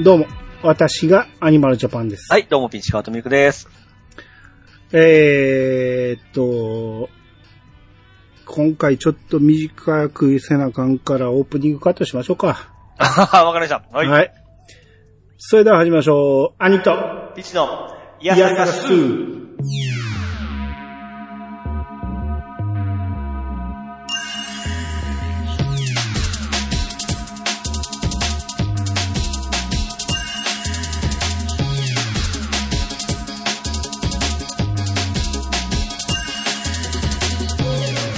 どうも、私がアニマルジャパンです。はい、どうも、ピンチカートミルクです。 えーっと、今回ちょっと短くせなあかんからオープニングカットしましょうか。あははわかりました。はい。それでは始めましょう。兄と、ピンチの、いやさかす。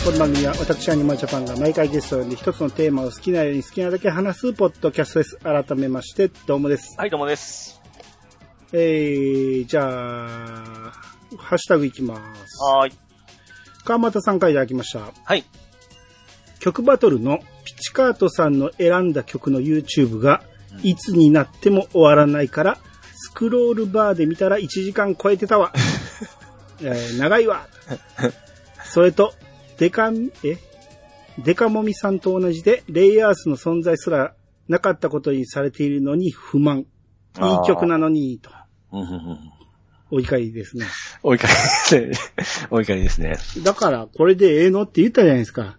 この番組は私アニマルジャパンが毎回ゲストを呼んで一つのテーマを好きなように好きなだけ話すポッドキャストです。改めまして、どうもです。はい、どうもです。えー、じゃあ、ハッシュタグいきます。はーい。川又さんからいただきました。はい。曲バトルのピチカートさんの選んだ曲の YouTube がう、んいつになっても終わらないから、スクロールバーで見たら1時間超えて たわ。えー長いわ。それと、デカ、えデカモミさんと同じで、レイヤースの存在すらなかったことにされているのに不満。いい曲なのに、と。うんうんうん。お怒りですね。お怒り ですね。お怒りですね。だから、これでええのって言ったじゃないですか。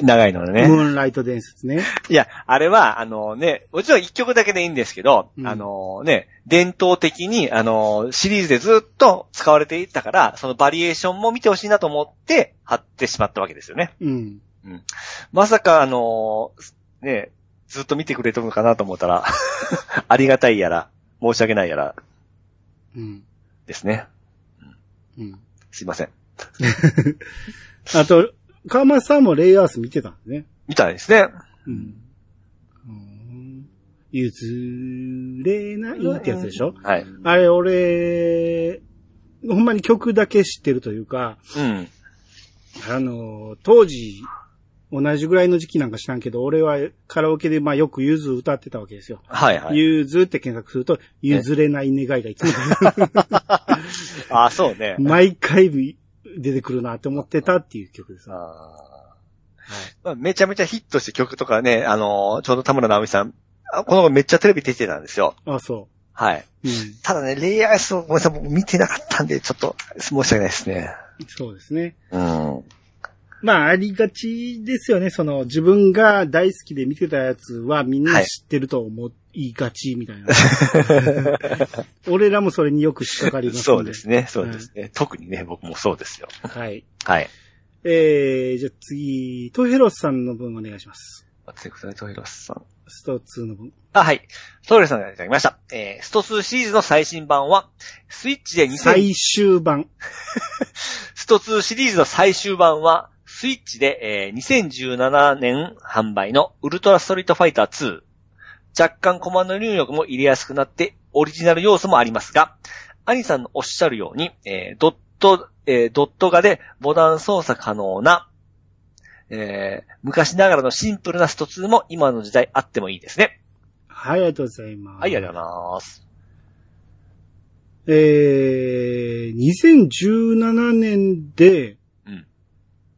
長いのでムね。ーンライト伝説ね。いや、あれは、あのね、もちろん一曲だけでいいんですけど、うんあのね、伝統的に、あのシリーズでずっと使われていったから、そのバリエーションも見てほしいなと思って、貼ってしまったわけですよね。うん。まさか、あのね、ずっと見てくれてるのかなと思ったら、 ありがたいやら、申し訳ないやら、うん。ですね。うん。すいません。あと、川松さんもレイアース見てたんですね。みたいですね。うん。うん譲れないってやつでしょはい。あれ、俺、ほんまに曲だけ知ってるというか、うん。あの、当時、同じぐらいの時期なんか知らんけど、俺はカラオケでまあよくゆず歌ってたわけですよ。はいはい。ゆずって検索すると、譲れない願いがいつもああ、そう ね。毎回出てくるなって思ってたっていう曲です。はあーまあめちゃめちゃヒットして曲とかね、あのーちょうど田村直美さん、あこの子めっちゃテレビ出てたんですよ。いあ、そはい。う。うん。ただね、レイアースをごめんなさい、僕見てなかったんで、ちょっと申し訳ないですね。そうですね。うん。まあ、ありがちですよね。その、自分が大好きで見てたやつはみんなはい知ってると思いがちみた いな。俺らもそれによく引っかかりますんそうですね、そうですね。特にね、僕もそうですよ。はい。はい。えー、じゃあ次、トヘロスさんの分お願いします。待ってください、トイロスさん。スト2の分。あ、はい。トイロスさんからいただきました。えー、スト2シリーズの最新版は、スイッチで2 0最終版。スト2シリーズの最終版は、スイッチで、えー2017年販売のウルトラストリートファイター2。若干コマンド入力も入れやすくなって、オリジナル要素もありますが、アニさんのおっしゃるように、えードット、えードット画でボタン操作可能な、えー昔ながらのシンプルなスト2も今の時代あってもいいですね。はい、ありがとうございます。はい、ありがとうございます。えー、2017年で、うん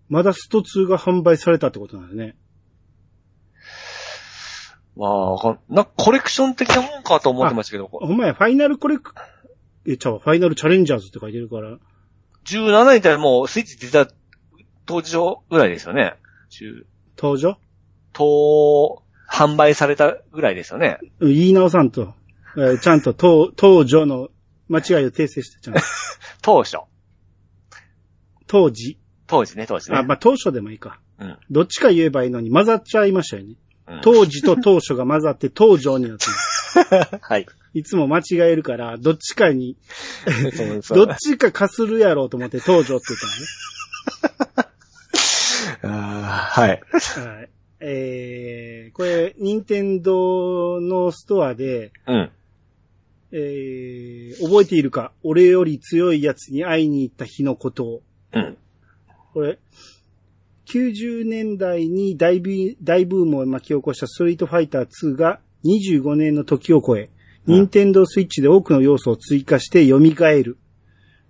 まだスト2が販売されたってことなんだね。まあ、こんなんかコレクション的なもんかと思ってましたけど、ほんまや、ファイナルコレク、え、ちゃうわファイナルチャレンジャーズって書いてるから、 17年ってもうスイッチ出た当時ぐらいですよね。中、登場当、販売されたぐらいですよね。うん言い直さんと、えーちゃんと、登、登場の間違いを訂正して、ちゃ んと。当初。当時。当時ね、当時ね。あ、まあ、当初でもいいか。うんどっちか言えばいいのに混ざっちゃいましたよね。うん当時と当初が混ざって、登場になってる。はい。いつも間違えるから、どっちかに、そうそうどっちかかするやろうと思って、登場って言あーはい。ったのね。はい。えー、これ、任天堂のストアで、うん。えー、覚えているか俺より強い奴に会いに行った日のことを。うん。これ、90年代に大ブ大ブームを巻き起こしたストリートファイター2が25年の時を超え、うん任天堂スイッチで多くの要素を追加して蘇る。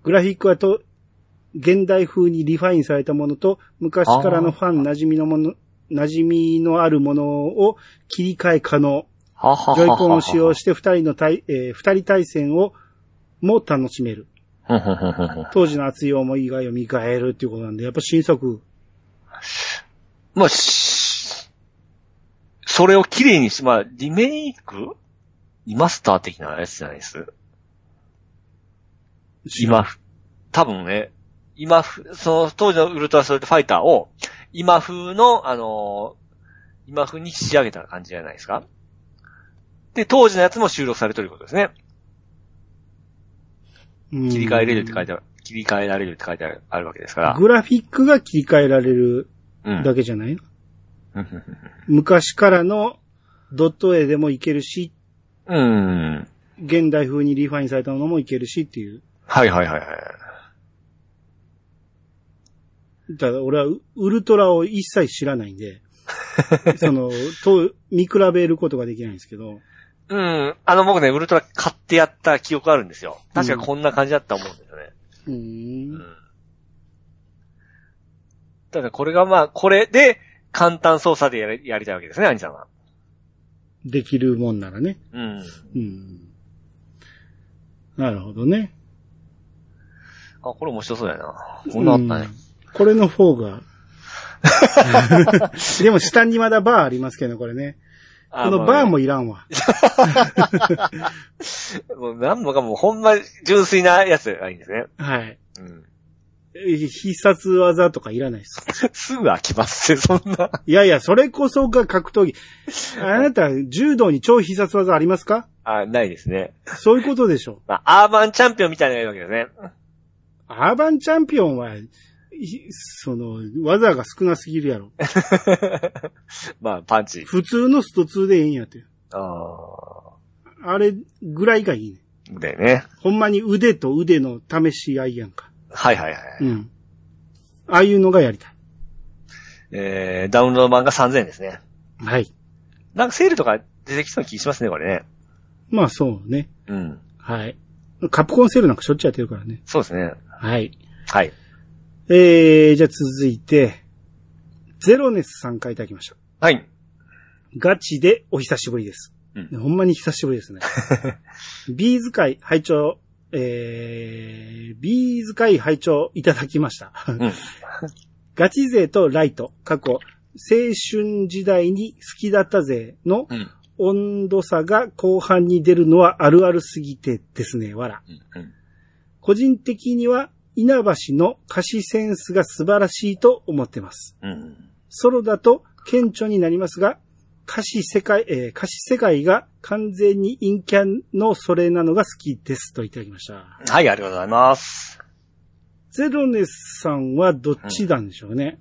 グラフィックはと、現代風にリファインされたものと、昔からのファン馴染みのもの、馴染みのあるものを切り替え可能。はははははジョイコンを使用して二人の対、えー二人対戦をも楽しめる。ふんふんふんふんふん当時の熱い思いが蘇えるっていうことなんで、やっぱ新作、まあ、しそれを綺麗にし、まあ、リメイクリマスター的なやつじゃないです。今、多分ね、今風、その当時のウルトラソルトファイターを、今風の、あのー今風に仕上げた感じじゃないですか。で、当時のやつも収録されてるということですね。切切り替えれるって書いてある、切り替えられるって書いてあるあるわけですから。グラフィックが切り替えられるうん。だけじゃないの、うん昔からのドット絵でもいけるし、うん。現代風にリファインされたものもいけるしっていう。はいはいはいはい。ただ俺はウウルトラを一切知らないん で、その、と、見比べることができないんですけど、うん。あの、僕ね、ウルトラ買ってやった記憶あるんですよ。確かこんな感じだったと思うんですよね。うー。うんん。ただこれがまあ、これで簡単操作でやりやりたいわけですね、兄さんは。できるもんならね。うん。うん。なるほどね。あ、これ面白そうやな。こんなあったね。うんこれの4が。 でも下にまだバーありますけどね、これね。あこのバーもいらんわ。もう何もかもほんま純粋なやつがいいんですね。はい。うん。 え必殺技とかいらないです。すぐ飽きますね、そんな。いやいや、それこそが格 闘技。あなた、柔道に超必殺技ありますかあ、ないですね。そういうことでしょ。まあ、アーバンチャンピオンみたいなのがいるわけですね。アーバンチャンピオンは、いその、技が少なすぎるやろ。 まあ、パンチ。普通のスト2でええんやって。あああれぐらいがいいね。ー。でね。ほんまに腕と腕の試し合いやんか。はいはいはい。うん。ああいうのがやりたい。えー、ダウンロード版が3000円ですね。はい。なんかセールとか出てきそうな気しますね、これね。まあそうね。うん。はい。カプコンセールなんかしょっちゅうやってるからね。そうですね。はい。はい。えー、じゃあ続いて、ゼロネスさんからいただきました。はい。ガチでお久しぶりです。うんほんまに久しぶりで すね。ビーズ会拝聴、えー、ビーズ会拝聴いただきました。んガチ勢とライト、過去、青春時代に好きだった勢のうん。温度差が後半に出るのはあるあるすぎてですね、わら。うん。個人的には稲橋の歌詞センスが素晴らしいと思ってます。うん。ソロだと顕著になりますが、歌詞世界、えー歌詞世界が完全に陰キャンのそれなのが好きですといただきました。はい、ありがとうございます。ゼロネスさんはどっちなんでしょうね。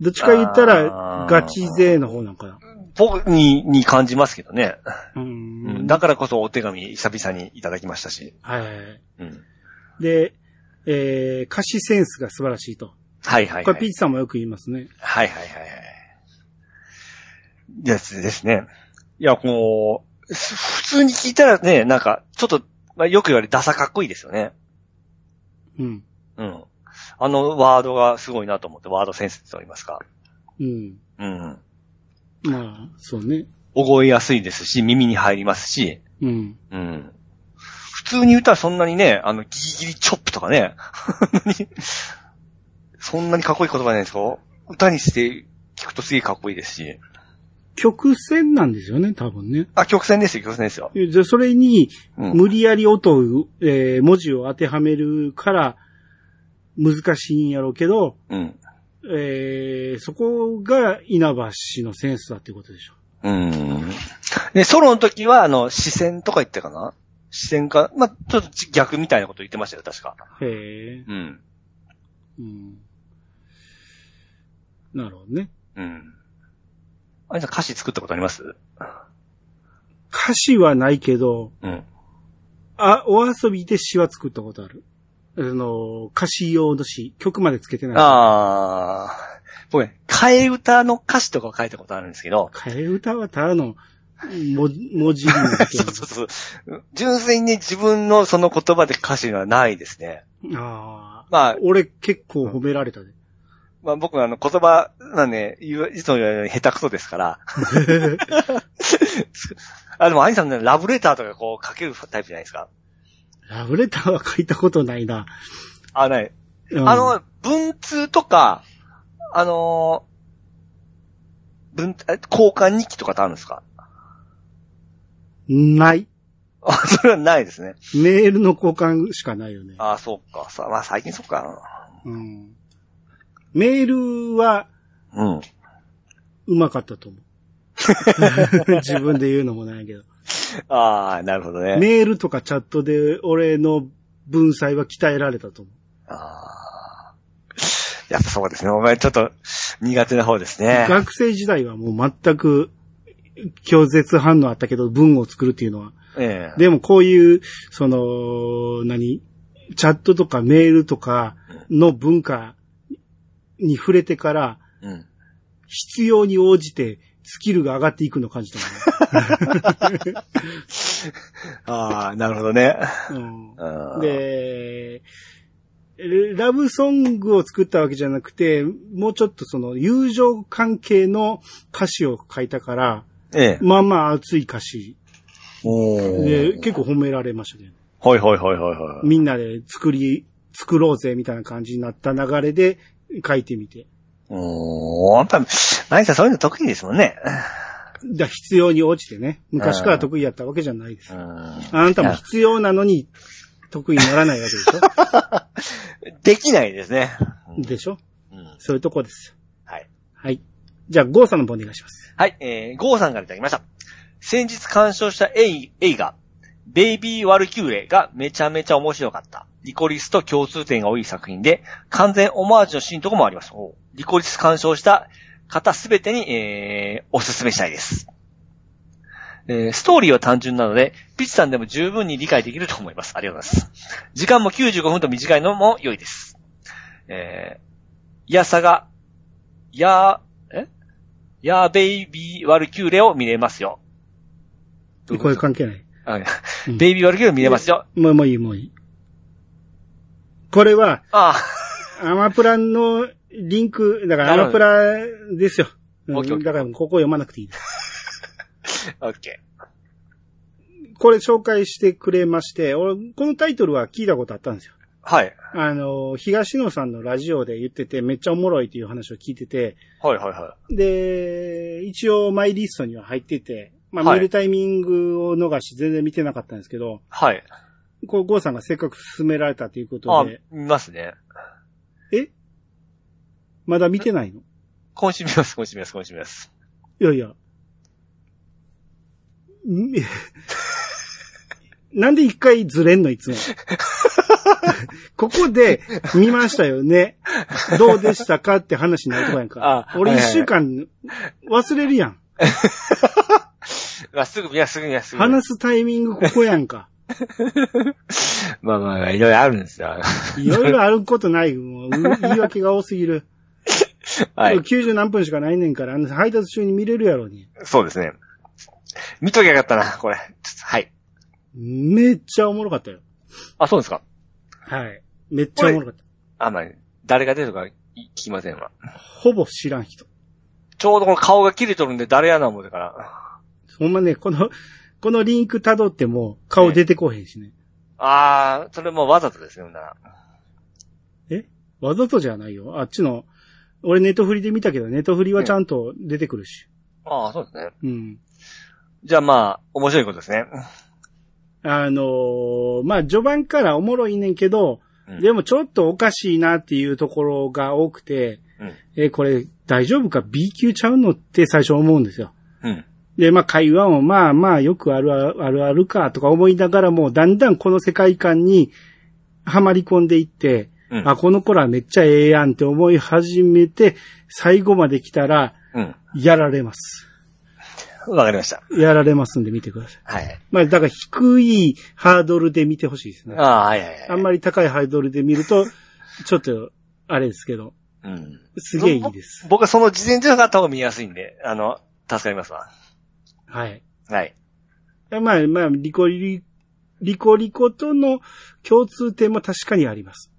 どっちか言ったらあ、ーガチ勢の方なんかな。僕に、に感じますけどね。うーうん。ん。だからこそお手紙久々にいただきましたし。はいはいはい。うん。で、えー歌詞センスが素晴らしいと。はいはいこはれピーい。チさんもよく言いますね。はいはいはいはい。ですですね。いや、こう、す普通に聞いたらね、なんか、ちょっと、まあ、よく言われるダサかっこいいですよね。うん。うん。あのワードがすごいなと思って、ワードセンスと言いますか。うん。うん。まあ、そうね。覚えやすいですし、耳に入りますし、うん。うん。普通に歌はそんなにね、あの、ギリギリチョップとかね、 何そんなにかっこいい言葉じゃないですか歌にして聞くとすげえかっこいいですし。曲線なんですよね、多分ね。あ、曲線ですよ、曲線ですよ。じゃあそれに、うん。無理やり音を、えー文字を当てはめるから、難しいんやろうけど、うん。えーそこが稲葉氏のセンスだってことでしょ。うん。で、ソロの時は、あの、視線とか言ってたかな視線か、まあ、ちょっと逆みたいなこと言ってましたよ、確か。へえ、うん。うん。なるほどね。うん。あいさん歌詞作ったことあります歌詞はないけど、うん。あ、お遊びで詩は作ったことある。あの、歌詞用の詩、曲までつけてない。ああ。僕ね、替え歌の歌詞とかを書いたことあるんですけど、替え歌はただの、も、文字になって そうそうそうそう。純粋に自分のその言葉で歌詞はないですね。あまああ。、俺結構褒められたで。まあ僕はあの言葉、なんね、言ういつも言われるように下手くそですから、 あ、でも、兄さんね、ラブレターとかこう書けるタイプじゃないですか。ラブレターは書いたことないな。あ、ない。うんあ、の、文通とか、あのー文、え交換日記とかってあるんですか ない。あ、それはないですね。メールの交換しかないよね。あ、そっか。さまあ、最近そっか。うん、メールはうん。うまかったと思う。 自分で言うのもないけど。ああ、なるほどね。メールとかチャットで俺の文才は鍛えられたと思ああ。やっぱそうですね。お前ちょっと苦手な方ですう。ね。学生時代はもう全く拒絶反応あったけど文を作るっていうのは。ええ。でもこういう、その、何チャットとかメールとかの文化に触れてから、うん。必要に応じてスキルが上がっていくのを感じたああ、なるほどね。も んね。うん、で、ラブソングを作ったわけじゃなくて、もうちょっとその友情関係の歌詞を書いたから、ええ。まあまあ熱い歌詞おで、ー結構褒められましたね。はいはいはいはいはい。みんなで作り、作ろうぜみたいな感じになった流れで書いてみて。おー、あんた、何さんそういうの得意ですもんね。だ必要に応じてね。昔から得意やったわけじゃないですう。んあなたも必要なのに得意にならないわけでしできないですね。 ょでしょうんそういうとこですよ。はい。はい。じゃあ、ゴーさんの方お願いします。はい、えー、ゴーさんからいただきました。先日鑑賞した映映画、ベイビー・ワルキューレがめちゃめちゃ面白かった。リコリスと共通点が多い作品で、完全オマージュのシーンとかもあります。おうリコリス鑑賞した方すべてに、えー、おすすめしたいです。えー、ストーリーは単純なので、ピッチさんでも十分に理解できると思います。ありがとうございます。時間も95分と短いのも良いです。えー、やさが、や、えやーベイビー・ワルキューレを見れますよ。これ関係ない。あうん ベイビー・ワルキューレ見れますよ。もう、もういい、もういい。これは、あアマプラのリンク、だからなアるマほどプラですよ。うんオッケーオッケーだから、ここ読まなくていいです。あ、オッケこれ紹介してくれまして、俺、このタイトルは聞いたことあったんですよ。ー。はい。あの、東野さんのラジオで言ってて、めっちゃおもろいという話を聞いてて、はいはいはで、一応マイリストには入ってて、まあはい見るタイミングを逃し全然見てなかったんですけど、い。はい。こう、ゴーさんがせっかく勧められたということあで、、見ますね。えまだ見てないの今週見ます、今週見ます、今週見ます。いやいや。ん なんで一回ずれんのい つも。ここで見ましたよね。どうでしたかって話になるとかやんか。あ俺はい一はいはい週間忘れるやん。あすぐ見ます、すぐ見ます、すぐ見ます。話すタイミングここやんか。まあまあ、いろいろあるんですよ。いろいろあることない。もう、 う言い訳が多すぎる。はい。 90何分しかないねんから、あの配達中に見れるやろに。そうですね。見ときゃよかったな、これ。ちょっとはい。めっちゃおもろかったよ。あ、そうですか。はい。めっちゃおもろかっあ、まあ、誰が出るか聞きませんわ。た。ほぼ知らん人。ちょうどこの顔が切れとるんで誰やな思うてから。ほんまね、この、このリンク辿っても顔出てこへんしね。あー、それもわざとですね、ほんなら。わざとじゃないよ。あっちの、俺ネットフリで見たけど、ネットフリはちゃんと出てくるし。ああ、そうですね。うん。じゃあまあ、面白いことですね。あのーまあ、序盤からおもろいねんけど、うんでもちょっとおかしいなっていうところが多くて、うんえーこれ大丈夫か B 級ちゃうのって最初思うんですよ。うん。で、まあ会話もまあまあよくあるあるあるあるかとか思いながらも、だんだんこの世界観にはまり込んでいって、うん。あ、この子らめっちゃええやんって思い始めて、最後まで来たら、うん。やられます。わかりました。やられますんで見てください。はい。まあだから低いハードルで見てほしいですね。ああ、はいはいはい。あんまり高いハードルで見ると、ちょっと、あれですけど、うん。すげえいいです。僕はその事前じゃなかった方が見やすいんで、あの、助かりますわ。はい。はい。まあまあ、リコリ、リコリコとの共通点も確かにあります。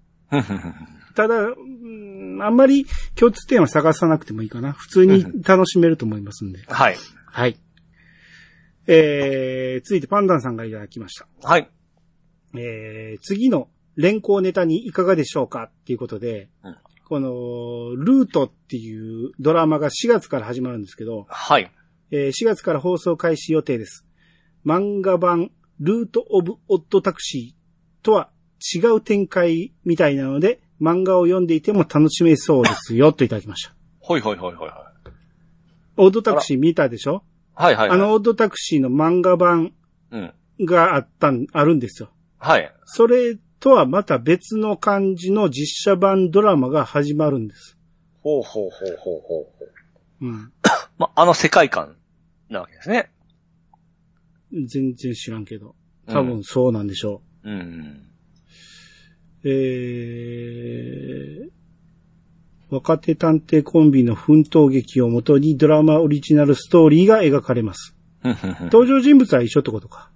ただ、うんあんまり共通点は探さなくてもいいかな。普通に楽しめると思いますんで。はい。はい。えー、続いてパンダンさんがいただきました。はい。えー、次の連行ネタにいかがでしょうかっていうことで、うんこの、ルートっていうドラマが4月から始まるんですけど、はい。えー4月から放送開始予定です。漫画版、ルート・オブ・オッド・タクシーとは違う展開みたいなので、漫画を読んでいても楽しめそうですよ、といただきま した。ほいほいほいほいほい。オッドタクシー見たでしょはいはい、はい。あの、オッドタクシーの漫画版うん。があったん、あるんですよ。はい。それとはまた別の感じの実写版ドラマが始まるんです。ほうほうほうほうほうほう。うん。ま、あの世界観なわけですね。全然知らんけど。多分そうなんでしょう。うん。うん。えー、若手探偵コンビの奮闘劇をもとにドラマオリジナルストーリーが描かれます。ふんふんふん登場人物は一緒ってことか。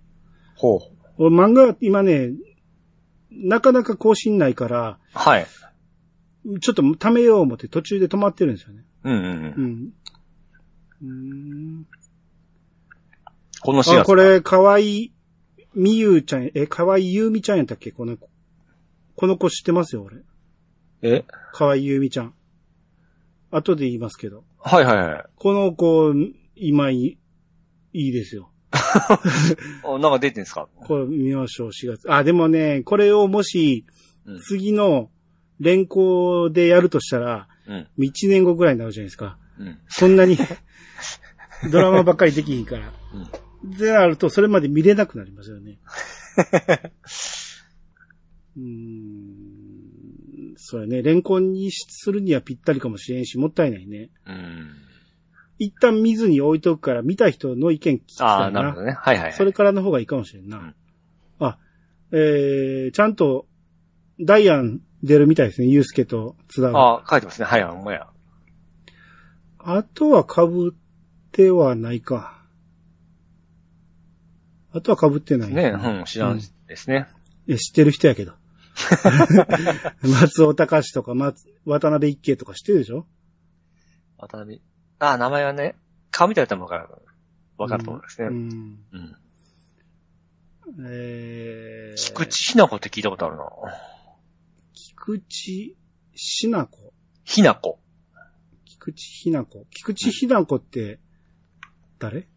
ほう。俺漫画今ね、なかなか更新ないから、はい。ちょっと貯めよう思って途中で止まってるんですよね。うんうんう。うんん。うーんこの4月。あ、これ、かわいい、みゆうちゃん、え、かわいいゆうみちゃんやったっけこの子。この子知ってますよ、俺。えかわいいゆうみちゃん。後で言いますけど。はいはいはい。この子、今いい、いいですよ。あなんか出てんですかこれ見ましょう、4月。あ、でもね、これをもしうん、次の連行でやるとしたら、うん。 1年後ぐらいになるじゃないですか。うん。そんな に、ドラマばっかりできひんから。であると、それまで見れなくなりますよ ね。うーん。そうやね。レンコンにするにはぴったりかもしれんし、もったいないね。うん。一旦見ずに置いとくから、見た人の意見聞きたいな。ああ、なるほどね。はいはいはい。それからの方がいいかもしれんな。あ、えー、ちゃんと、ダイアン出るみたいですね。ユースケと津田が。ああ、書いてますね。はいはい、ほんまや。あとは被ってはないか。あとは被ってない。ね、うん、知らんですね。いや、知ってる人や けど。松尾隆とか、松、渡辺一慶とか知ってるでしょ渡辺。ああ、名前はね、顔見たら多分わかる。わかると思うんですね。ううん。ん。えー、菊池。ひな子って聞いたことあるな。菊池しなこ。ひな子。菊池ひなこ。菊池ひなこって、誰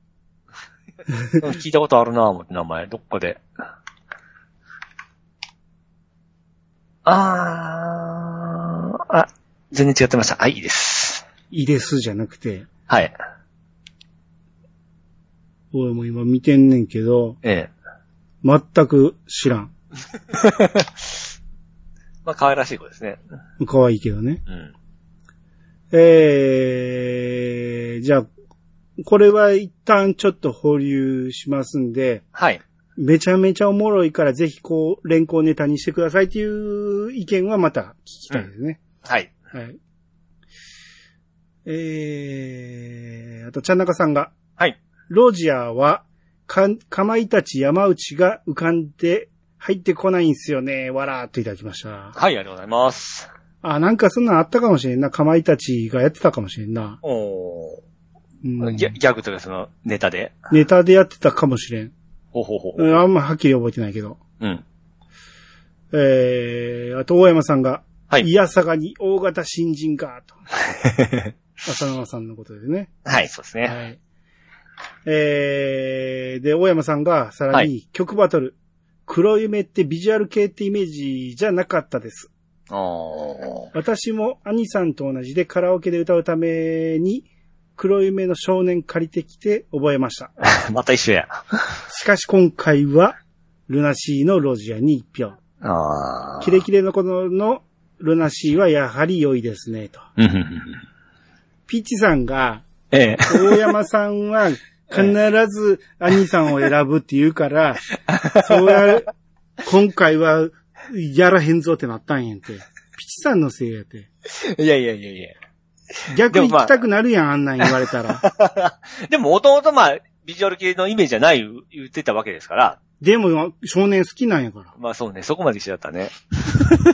うん聞いたことあるなぁ、思って名前。どっかで。あー、あ、全然違ってました。はい、いいです。イデスじゃなくて、はい。俺も今見てんねんけど、ええ。全く知らん。まあ、可愛らしい子ですね。可愛いけどね。うん。えー、じゃあ、これは一旦ちょっと保留しますんで、はい。めちゃめちゃおもろいからぜひこう、連行ネタにしてくださいっていう意見はまた聞きたいですね。はい。はい。えー、あと、ちゃんなかさんが、はい。ロジャーは、か、かまいたち山内が浮かんで入ってこないんすよね。わらーっといただきました。はい、ありがとうございます。あ、なんかそんなんあったかもしれんな。かまいたちがやってたかもしれんな。おー。うん、ギャギャグというかその、ネタで。ネタでやってたかもしれん。ほうほうほう。うん、あんまはっきり覚えてないけど。うん。えー、あと大山さんが、はい。やさがに大型新人か、 と。浅沼さんのことでね。はい、そうですね。はい。えー、で、大山さんがさらはに曲バトル。黒夢ってビジュアル系ってイメージじゃなかったです。おー。私も兄さんと同じでカラオケで歌うために、黒夢の少年借りてきて覚えました。 また一緒や。しかし今回は、ルナシーのロジアに一票。あー。キレキレの子のルナシーはやはり良いですね、と。うんうんうんうん。ピッチさんが、ええ。大山さんは必ず兄さんを選ぶって言うから、そうや、今回はやらへんぞってなったんやんて。ピッチさんのせいやて。いやいやい やいや。逆にでもまあ行 きたくなるやん、あんなん言われたら。でも、もともとまあ、ビジュアル系のイメージじゃない言ってたわけですから、でも、少年好きなんやから。まあそうね、そこまで一緒だったね。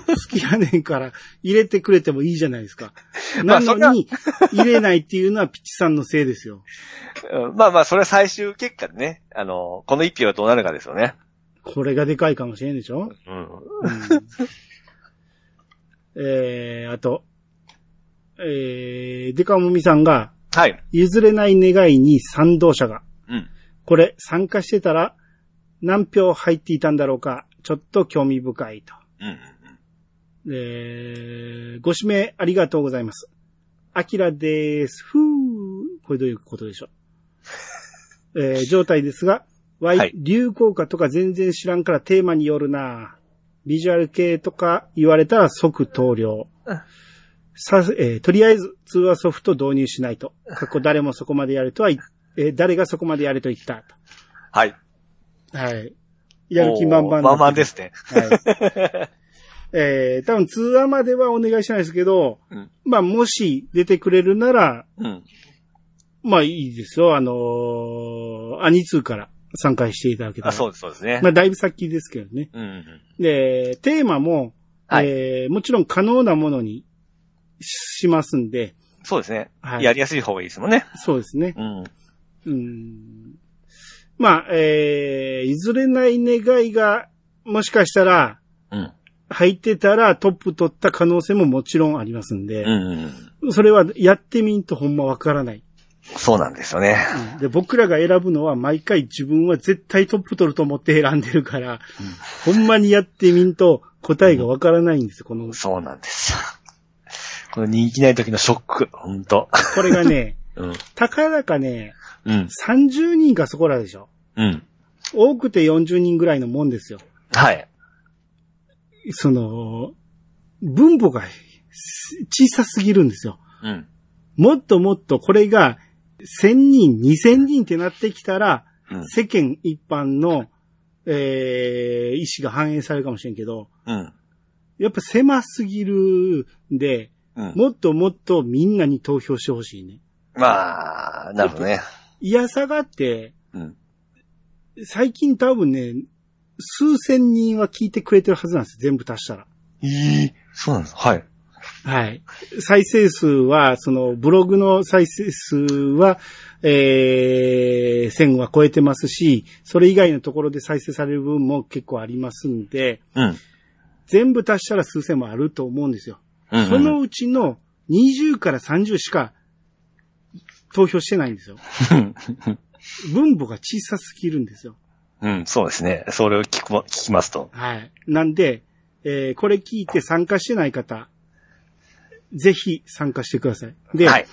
好きやねんから、入れてくれてもいいじゃないですか。まなあそんなのに、入れないっていうのはピッチさんのせいですよ。うんまあまあ、それは最終結果でね、あの、この一票がどうなるかですよね。これがでかいかもしれんでしょうん。うん えー、あと、えー、デカモミさんが、はい。譲れない願いに賛同者が、うん。これ参加してたら何票入っていたんだろうか、ちょっと興味深いと。うんうんうん。えー、ご指名ありがとうございます。アキラです。ふうこれどういうことでしょ う。えー、状態ですが、わいはい流行歌とか全然知らんからテーマによるなビジュアル系とか言われたら即投了うん。さ、えーとりあえず通話ソフト導入しないと。過去誰もそこまでやるとは言、えー誰がそこまでやると言ったはい。と。はい。やる気満々。おー満々ですすね。はい。 えー、多分通話まではお願いしないですけど、うんまあもし出てくれるなら、うん。まあいいですよ。あのー、アニツーから参加していただけたら。あ、そうです、そうですね。まあだいぶ先ですけどね。うんうんうん。で、テーマも、はいえーもちろん可能なものにししますんで、そうですね。はいやりやすい方がいいですもんね。そうですね。ううん。ん。まあ、えー、譲れない願いが、もしかしたら、うん。入ってたらトップ取った可能性ももちろんありますんでう、んうんうん。それはやってみんとほんまわからない、そうなんですよね。うんで、僕らが選ぶのは毎回自分は絶対トップ取ると思って選んでるから、ほんまにやってみんと答えがわからないんですよ、この、そうなんですよ。この人気ない時のショック、ほんと。これが ね、うん。たかだかね、うん。 30人かそこらでしょ。うん。多くて40人ぐらいのもんですよ。はい。その、分母がす小さすぎるんですよ。うん。もっともっとこれが1000人、2000人ってなってきたら、うん。世間一般の、えー、意思が反映されるかもしれんけど、うん。やっぱ狭すぎるんで、うん。もっともっとみんなに投票してほしいね。まあ、なるほどね。いやさがって、うん。最近多分ね、数千人は聞いてくれてるはずなんですよ、全部足したら。いい。そうなんです。はい。はい。再生数は、その、ブログの再生数は、えー、1000は超えてますし、それ以外のところで再生される分も結構ありますんで、うん。全部足したら数千もあると思うんですよ。うんうんそのうちの20から30しか投票してないんですよ。分母が小さすぎるんですよ。うん、そうですね。それを聞くも、聞きますと。はい。なんで、えーこれ聞いて参加してない方、ぜひ参加してください。で、はい。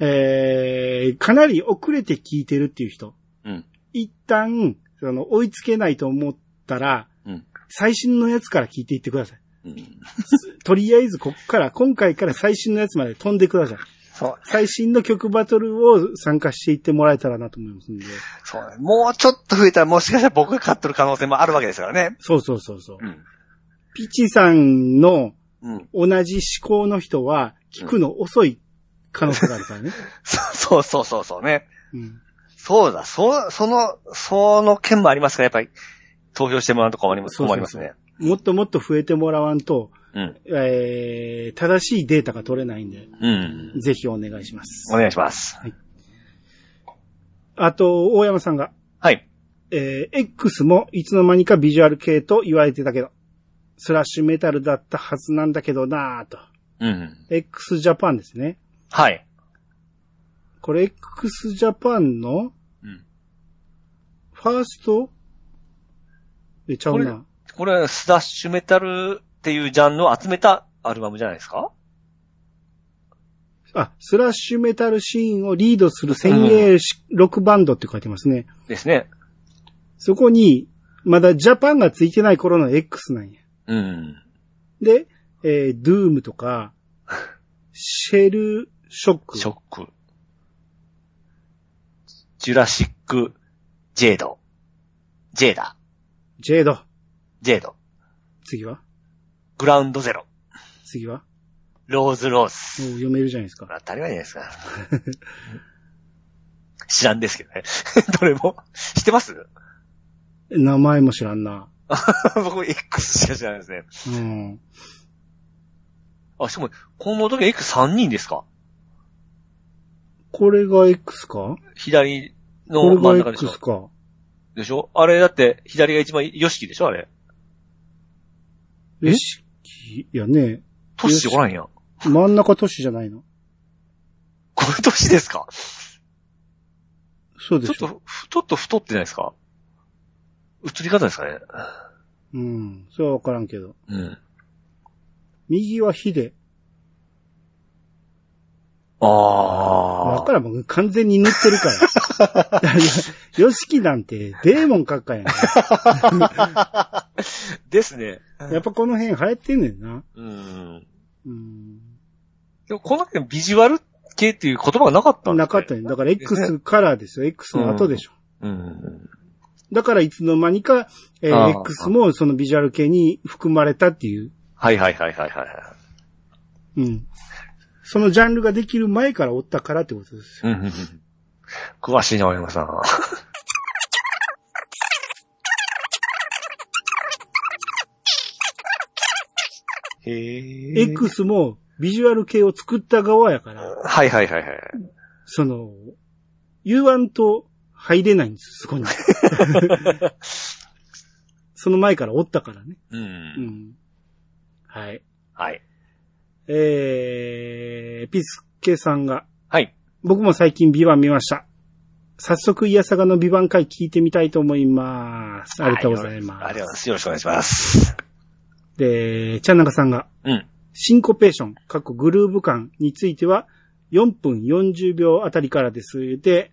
えーかなり遅れて聞いてるっていう人、うん。一旦、その、追いつけないと思ったら、うん。最新のやつから聞いていってください。うん とりあえず、こっから、今回から最新のやつまで飛んでください。そう、最新の曲バトルを参加していってもらえたらなと思いますんで。そう。もうちょっと増えたらもしかしたら僕が勝ってる可能性もあるわけですからね。そうそうそうそう。うん。ピチさんのうん。同じ思考の人は聞くの遅い可能性があるから ね。そうそうそうそうね。うん。そうだ、そ、その、その件もありますから、やっぱり、投票してもらうと困ります、そうそ困うりまそすうね。もっともっと増えてもらわんと、うん。えー、正しいデータが取れないんで、うん。ぜひお願いしますお。願いします。あと、大山さんが、はい。えー、X もいつの間にかビジュアル系と言われてたけど、スラッシュメタルだったはずなんだけどなぁと。うん。 X ジャパンですね。はい。これ X ジャパンのうん。ファーストえ、ちゃうこな。これ、スラッシュメタルっていうジャンルを集めたアルバムじゃないですかあ、スラッシュメタルシーンをリードする先鋭しロックバンドって書いてますね。ですね。そこに、まだジャパンがついてない頃の X なんや。うん。で、えー、ドゥームと か、シェルショック。ショック。ジュラシック・ジェード。ジェーダ。ジェード。ジェード。次はグラウンドゼロ。次はローズ・ローもうズ。読めるじゃないですか。当たり前じゃないですか。知らんですけどね。 どれも。知ってます 名前も知らんな。僕 X しか知らないですね。うん。あ、しかも、この時 X3 人ですかこれが X か左この真んれが中でしょ X か。でしょあれだって、左が一番ヨシキでしょあれ。えよしき、いやね、トシおらんやん。真ん中都市じゃないの。これトシですかそうでちょっしょ。と、ふちょっと太ってないですか映り方ですかねうん。それはわからんけど。うん。右はヒデ。わあからん、もう完全に塗ってるから。だから ヨシキなんてデーモン閣下やんか。あ。 ですね。やっぱこの辺流行ってんねんな。うん。うん。でも、この時のビジュアル系っていう言葉がなかったんですねなかったね。だから X からですよ。X の後でしょ。うん。だからいつの間にか、えーあー X もそのビジュアル系に含まれたっていう。はいはいはいはいはうん。そのジャンルができる前からおったからってことですい。うんうんうん。詳しいな、山さん。へよ。え。 X もビジュアル系を作った側やから、はいはいはいはい。その、言わんと入れないんです、そ こに。その前からおったからね。うん。うん。はい。はい。えー、ピスケさんが、はい。僕も最近ビバン見ました。早速、イヤサガのビバン回聞いてみたいと思います。ありがとうございます。ありがとうございます。よろしくお願いします。で、チャンナカさんが、うん。シンコペーション、かっこグルーヴ感については、4分40秒あたりからです。で、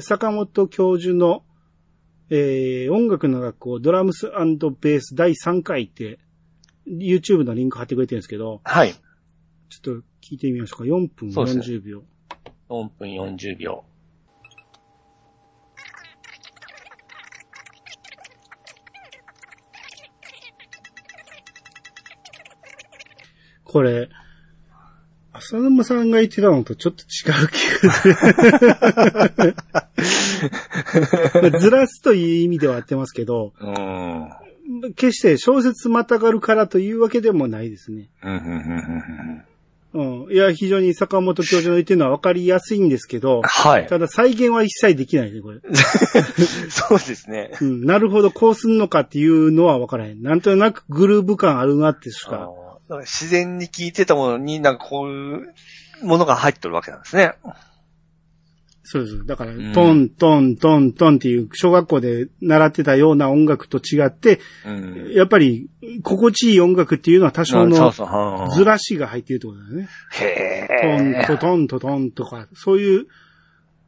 坂本教授の、えー、音楽の学校、ドラムスベース第3回って、YouTube のリンク貼ってくれてるんですけど、はい。ちょっと聞いてみましょうか。4分そうですね40秒。 4分40秒。これ、浅沼さんが言ってたのとちょっと違う気がする。 まあずらすという意味では合ってますけど、うーん。うん決して小説またがるからというわけでもないですね。うんうんうんうん。いや、非常に坂本教授の言ってるのは分かりやすいんですけど、はい。ただ再現は一切できないね、これ。そうですね。うん。なるほど、こうすんのかっていうのは分からへん。なんとなくグルーヴ感あるなってしあか。ーだから自然に聞いてたものになんかこういうものが入ってるわけなんですね。そうです。だからん、トントントントンっていう小学校で習ってたような音楽と違って、うん。やっぱり、心地いい音楽っていうのは多少そうのそうはあずらしが入っているってことだよね。トンへトえ。トントトンとか、そういう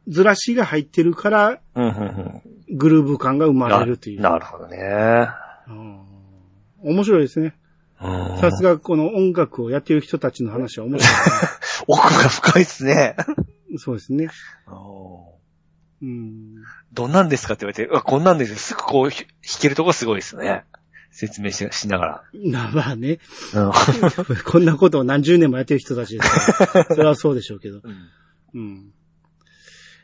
ずらしが入ってるから、うんうんうんグルーヴ感が生まれるという。ななるほどね。うん面白いですね。うんさすがこの音楽をやってる人たちの話は面白奥が深いですね。 い。そうですね。おーうん。 どんなんですかって言われて、うわ、こんなんですよ。すぐこうひ弾けるとこすごいですね。説明ししながなまあね、ら。こんなことを何十年もやってる人たちです から、それはそうでしょうけど。ううんん。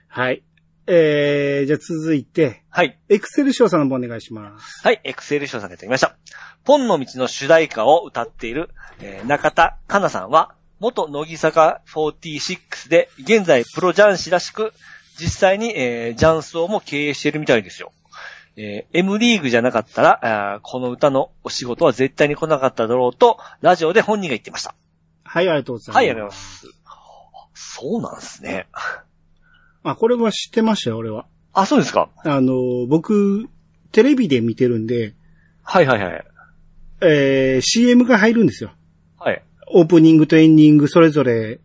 はい。えー、じゃあ続いて、はい。エクセルショーさんの方お願いします。はい、エクセル賞さんがやってきました。ポンの道の主題歌を歌っている、えー中田香奈さんは、元乃木坂46で、現在プロジャン師らしく、実際に、えージャンスをも経営しているみたいですよ。えー M リーグじゃなかったらあーこの歌のお仕事は絶対に来なかっただろうと、ラジオで本人が言ってました。はい、ありがとうございます。はい、ありがとうございます。そうなんですね。あ、これは知ってましたよ、俺は。あ、そうですか。あの、僕、テレビで見てるんで、はいはいはい。えー、CM が入るんですよ。はい。オープニングとエンディングそれぞれ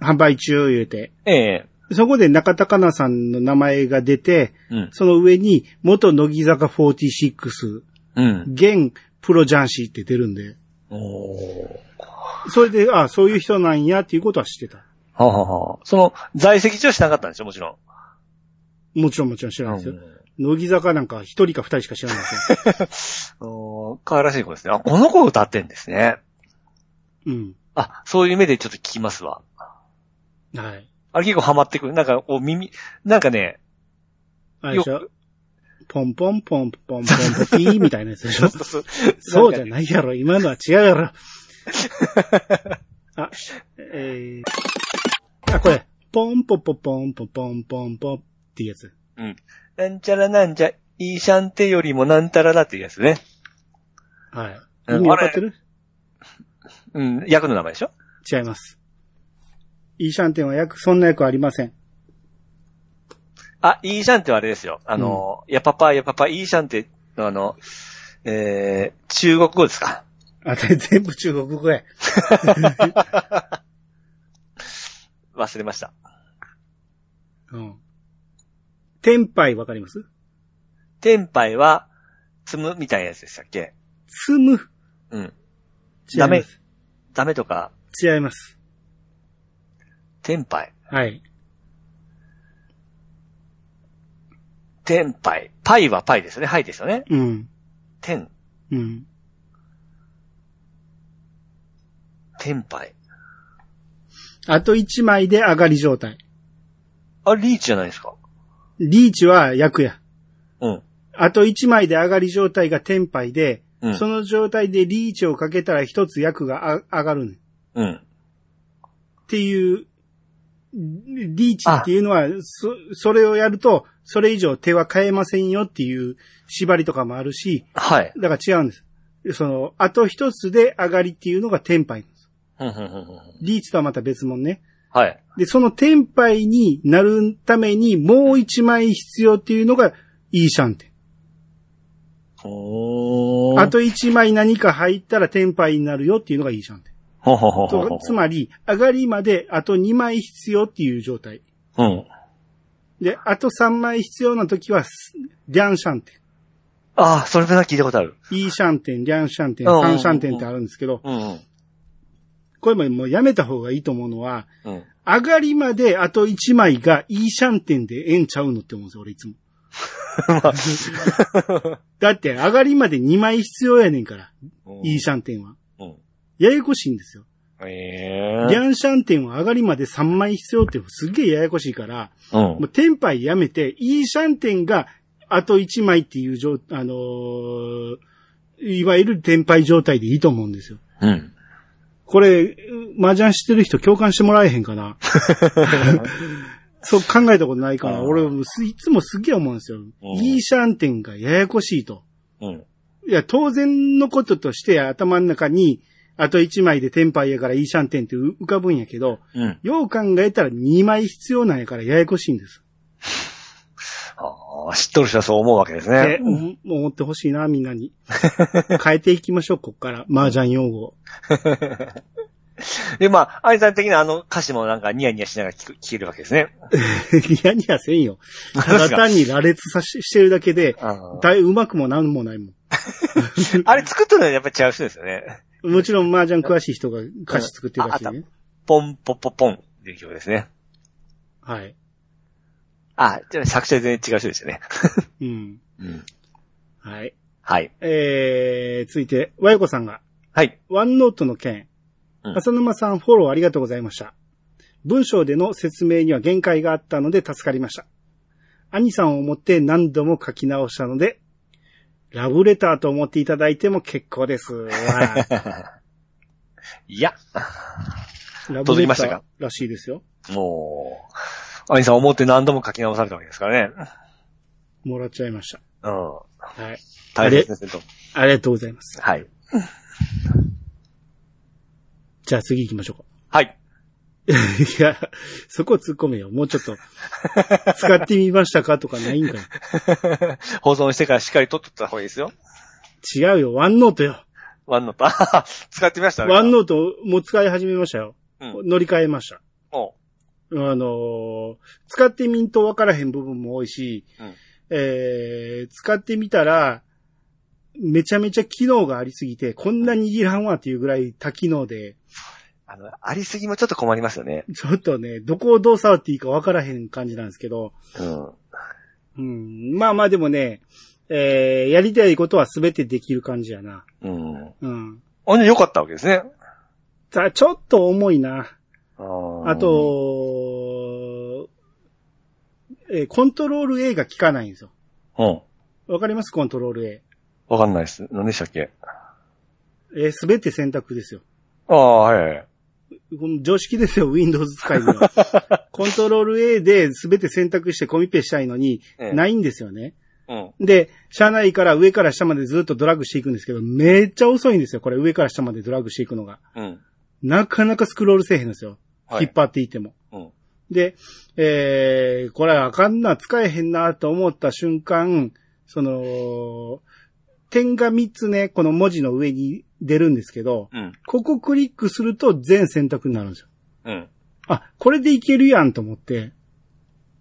販売中言うて。ええそこで中田香奈さんの名前が出て、うん。その上に元乃木坂46、うん。現プロジャンシーって出るんで、おー。それで、あ、そういう人なんやっていうことは知ってた。はあ、はあはあ、その、在籍中はしなかったんでしょもちろん。もちろんもちろん知らないですよ。乃木坂なんか一人か二人しか知らないですよ。おー可愛らしい子ですね。あ、この子歌ってんですね。うん。あ、そういう目でちょっと聞きますわ。はい。あれ結構ハマってくる。なんか、お耳、なんかね、あれでしょポンポンポンポンポンポンピーみたいなやつでしょそうそうそうじなゃんかないやろ。今のは違う やろ。あ、えー、あ、これ。ポンポポポンポポンポンポンっていうやつ。なんちゃらなんちゃ、イーシャンテよりもなんたらだっていうやつね。はい。うん意味わかってるうん、役の名前でしょ違います。イーシャンテンは役、そんな役ありません。あ、イーシャンテはあれですよ。あの、やパパ、やパパ、イーシャンテのあの、えー、中国語ですか。あ、で全部中国語や。忘れました。うん。天杯わかります天杯は、積むみたいなやつでしたっけ積む。うん。違います。ダメとか、違います。天杯。はい。天杯。パイはパイですよね。はいですよね。うん。天、うん。天杯。あと一枚で上がり状態。あ、リーチじゃないですか。リーチは役や。うん。あと一枚で上がり状態が天杯で、うん。その状態でリーチをかけたら一つ役があ上がるねん。っうん。ていう、リーチっていうのは、そ、それをやると、それ以上手は変えませんよっていう縛りとかもあるし、はい。だから違うんです。その、あと一つで上がりっていうのが天杯なんです。うんうんうんうんリーチとはまた別物ね。はい。で、その天杯になるためにもう一枚必要っていうのがイーシャンテン。おーあ、と一枚何か入ったら天杯になるよっていうのがイーシャンテン。ほうほうほうほうほとう。つまり、上がりまであと2枚必要っていう状態。うん。で、あと3枚必要な時は、スリャンシャンテああ、それでな聞いたことある。ン。イーシャンテン、リャンシャンテン、うんうんうんサうんンシャンテンってあるんですけど、うんうん。これももうやめた方がいいと思うのは、うん。上がりまであと1枚がイーシャンテンでええんちゃうのって思うんですよ、俺い つも。だって、上がりまで2枚必要やねんから、イーシャンテンは。うん。ややこしいんですよ。えリえ。ャンシャンテンは上がりまで3枚必要ってすっげえややこしいから、う。もうんテンパイやめて、イーシャンテンがあと1枚っていう状、あのーいわゆるテンパイ状態でいいと思うんですよ。うん。これ、麻雀してる人共感してもらえへんかなそう考えたことないから、あー俺すいつもすっげえ思うんですよ。イーシャンテンがややこしいと。うん。いや、当然のこととして頭の中に、あと1枚でテンパイやからイーシャンテンって浮かぶんやけど、うん。よう考えたら2枚必要なんやからややこしいんです。ああ、知っとる人はそう思うわけですえ、。ねお思ってほしいな、みんなに。変えていきましょう、こっから。麻雀用語。で、まあ、愛さん的なあの歌詞もなんかニヤニヤしながら聞く聞けるわけですね。いやにやせんよ。ただ単に羅列さししてるだけで、あ のだい、うまくもなんもないもあれ作ってるのはやっぱり違う人ですよね。ん。もちろん麻雀詳しい人が歌詞作ってるらしいね。ポンポポポンっていう曲ですね。はい。あ、じゃあ作者全然違う人ですよね。うん。うん。はい。はい。えー、続いて、和よこさんが、はい。ワンノートの件。うん浅沼さんフォローありがとうございました。文章での説明には限界があったので助かりました。兄さんを思って何度も書き直したので、ラブレターと思っていただいても結構 です。わあいや。ラブ届レきまタしたーからしいですよ。もう、アニさん思って何度も書き直されたわけですからね。もらっちゃいました。うん。はい。大変ですね、と。ありがとうございます。はい。じゃあ次行きましょうか。はい。 いや、そこ突っ込めよ。もうちょっと、使ってみましたかとかないんかよ。保存してからしっかり取っとった方がいいですよ。違うよ、ワンノートよ。ワンノート。 あはは使ってみましたね。ワンノートもう使い始めましたよ。う乗り換えました。おうあのー使ってみんとわからへん部分も多いし、うんえー使ってみたら、めちゃめちゃ機能がありすぎて、こんなにいらんわっていうぐらい多機能で、あの、ありすぎもちょっと困りますよね。ちょっとね、どこをどう触っていいかわからへん感じなんですけど、うん。うん、まあまあでもね、えーやりたいことはすべてできる感じやな。うん。うん。あんで良かったわけですね。ただちょっと重いな。あーあと、えーコントロール A が効かないんですよ。うん。わかりますコントロール A。わかんないです。何でしたっけえーすべて選択ですよ。ああ、はいはい。この常識ですよ、Windows 使いの。 コントロール A で全て選択してコミペしたいのに、ええないんですよね。うん。で、車内から上から下までずっとドラッグしていくんですけど、めっちゃ遅いんですよ、これ上から下までドラッグしていくのが。うん。なかなかスクロールせえへんんですよ。はい。引っ張っていっても。うん。で、えー、これあかんな、使えへんなと思った瞬間、その、点が3つね、この文字の上に出るんですけど、うん。ここクリックすると全選択になるんですよ。うん。あ、これでいけるやんと思って、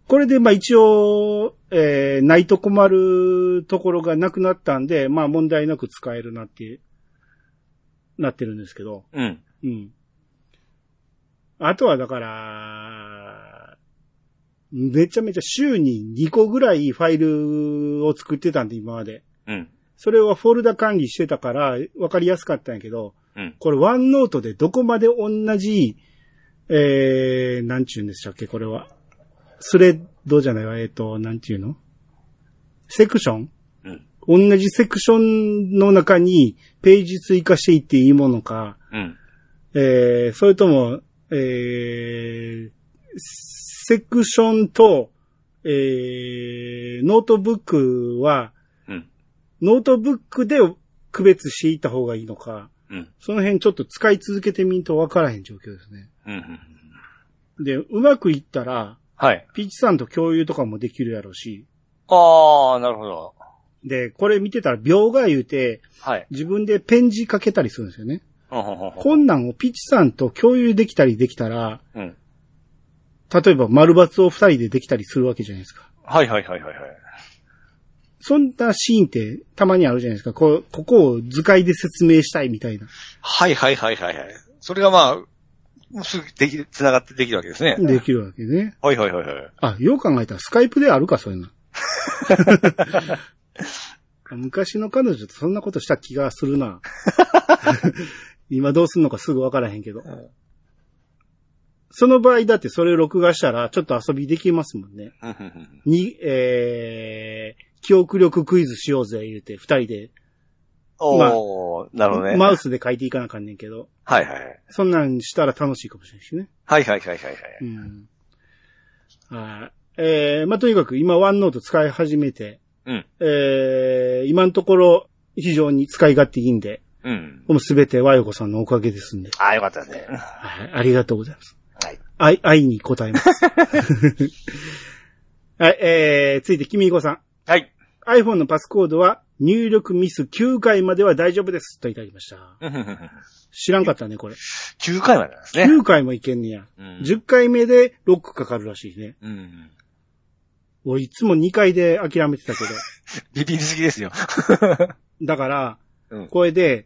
これでまあ一応、えー、ないと困るところがなくなったんで、まあ問題なく使えるなって、なってるんですけど、うん。うん。あとはだから、めちゃめちゃ週に2個ぐらいファイルを作ってたんで今まで。うん。それはフォルダ管理してたから分かりやすかったんやけど、うん。これワンノートでどこまで同じ、えー、なんちゅうんでしたっけ、これは。スレッドじゃないわ、えっ、と、なんちゅうのセクションうん。同じセクションの中にページ追加していっていいものか、うん。えー、それとも、えー、セクションと、えー、ノートブックは、うん。ノートブックで区別していった方がいいのか、うん。その辺ちょっと使い続けてみんと分からへん状況ですね。うん。で、うまくいったら、はい。ピーチさんと共有とかもできるやろうし、ああ、なるほど。で、これ見てたら秒が言うて、はい。自分でペン字かけたりするんですよね。うん。うんこんなんをピーチさんと共有できたりできたら、うん。例えば丸抜を二人でできたりするわけじゃないですか。はいはいはいはいはい。そんなシーンってたまにあるじゃないですか。こうここを図解で説明したいみたいな。はいはいはいはいはい。それがまあ、すぐでき、繋がってできるわけですね。できるわけね。はいはいはいはい。あ、よう考えたらスカイプであるか、そう いうの。昔の彼女とそんなことした気がする な。今どうすんのかすぐわからへんけどん。その場合だってそれを録画したらちょっと遊びできますもんね。うんうんうんに、えー、記憶力クイズしようぜ言うて二人で、おー、なるほどね。マウスで書いていかなあかんねんけど、はいはいはい。そんなんしたら楽しいかもしれないしね。はいはいはいはいはうい。ん。はい。えー、まあ、とにかく今ワンノート使い始めて、うん。えー、今のところ非常に使い勝手いいんで、うん。もうすべて和洋子さんのおかげですんで、ああ、よかったですね。はい。ありがとうございます。はい。愛、愛に応えます。 はい、えー、ついて、君彦さん。はい。 iPhone のパスコードは入力ミス9回までは大丈夫です。といただきました。うんうんうんうん知らんかったね、これ。 9回までなんですね。 9回もいけんねや。うん10回目でロックかかるらしいね。うん。俺いつも2回で諦めてたけど。ビビりすぎですよ。だから、うんこれで、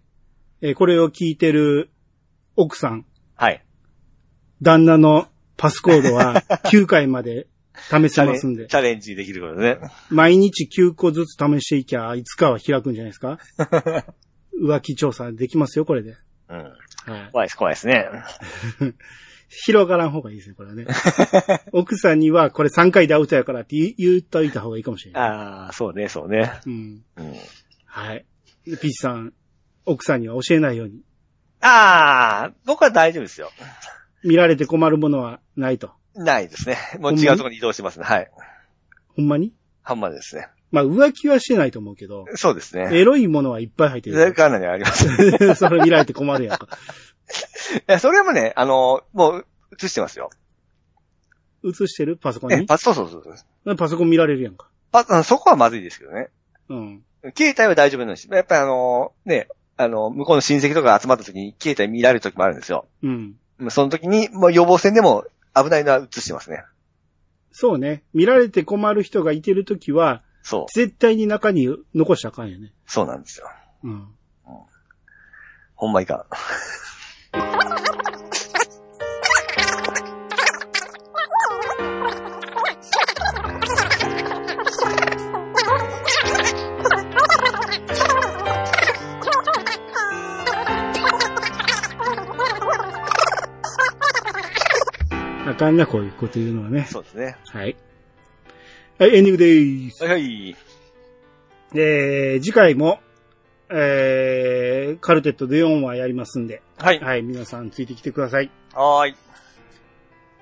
えーこれを聞いてる奥さん、はい。旦那のパスコード は9回まで試チせャまレすんでン、チャレンジできることね。毎日9個ずつ試していきゃ、いつかは開くんじゃないです か浮気調査できますよ、これで。うん。はい。怖いです、怖いですね。広がらん方がいいですね、これ はね。奥さんには、これ3回でアウトやからって言言っといた方がいいかもしれない。ああ、そうね、そうね。うん。うん、はい。ピーチさん、奥さんには教えないように。ああ、僕は大丈夫ですよ。見られて困るものはないと。ないですね。もほんまうに違うところに移動してますね。はい。ほんまにハンマーですね。まあ、浮気はしてないと思うけど。そうですね。エロいものはいっぱい入って る。かなりあります。いそれ見られて困るやんか。やそれもね、あの、もう映してますよ。映してるパソコンえ、に。パス、そうそうそうそう。パソコン見られるやんか。パあのそこはまずいですけどね。うん。携帯は大丈夫なんです。やっぱりあの、ね、あの、向こうの親戚とか集まった時に携帯見られる時もあるんですよ。うん。もうその時に、もう予防線でも危ないのは映してますね。そうね。見られて困る人がいてるときは、そう。絶対に中に残しちゃあかんよね。そうなんですよ。うん。ほんまいかん。あかんな、こういうこと言うのはね。そうですね。 はい。はい、エンディングでーす。はいはい。えー、次回も、えー、カルテットで4話やりますんで、はい。はい、皆さんついてきてください。はーい。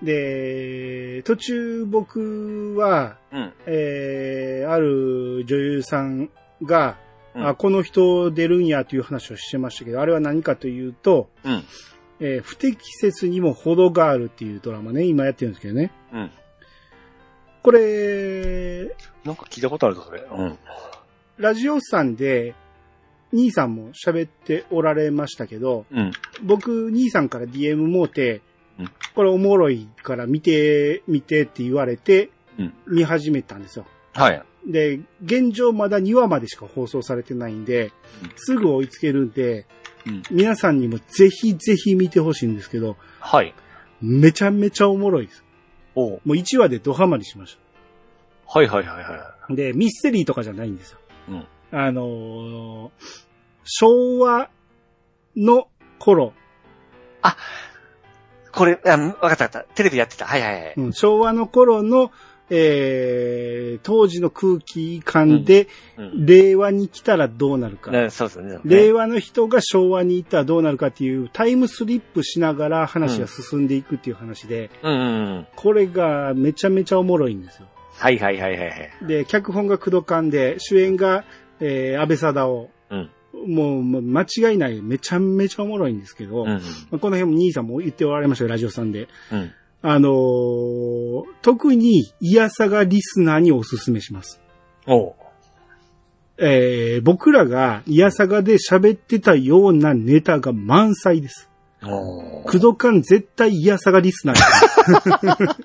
で、途中僕は、うん。えー、ある女優さんが、うんあ、この人出るんやという話をしてましたけど、あれは何かというと、うん。えー不適切にも程があるっていうドラマね、今やってるんですけどね。うん。これ、なんか聞いたことあるぞ、それ。うん。ラジオさんで、兄さんも喋っておられましたけど、うん。僕、兄さんから DM もうてうん、これおもろいから見て、見てって言われてうん、見始めたんですよ。はい。で、現状まだ2話までしか放送されてないんでうん、すぐ追いつけるんで、うん皆さんにもぜひぜひ見てほしいんですけど、はい。めちゃめちゃおもろいです。おうもう1話でドハマりしましはいはいはいはた。で、ミステリーとかじゃないんですよ。うんあのー昭和の頃、い。これ、あ、わかったわかった。テレビやってた。はいはいはい。うん昭和の頃の、えー当時の空気感で、うん。令和に来たらどうなるか。ねそうですね。令和の人が昭和に行ったらどうなるかっていうタイムスリップしながら話が進んでいくっていう話で、うんうんうん。これがめちゃめちゃおもろいんですよ。はいはいはいはいはい。で、脚本が工藤館で、主演が、えー、安倍貞夫。うんもう、もう間違いない。めちゃめちゃおもろいんですけど、うんまあこの辺も兄さんも言っておられましたよラジオさんで。うん。うん。あのー特に、イヤサガリスナーにおすすめします。おうえー僕らがイヤサガで喋ってたようなネタが満載です。おうクドカン絶対イヤサガリスナー です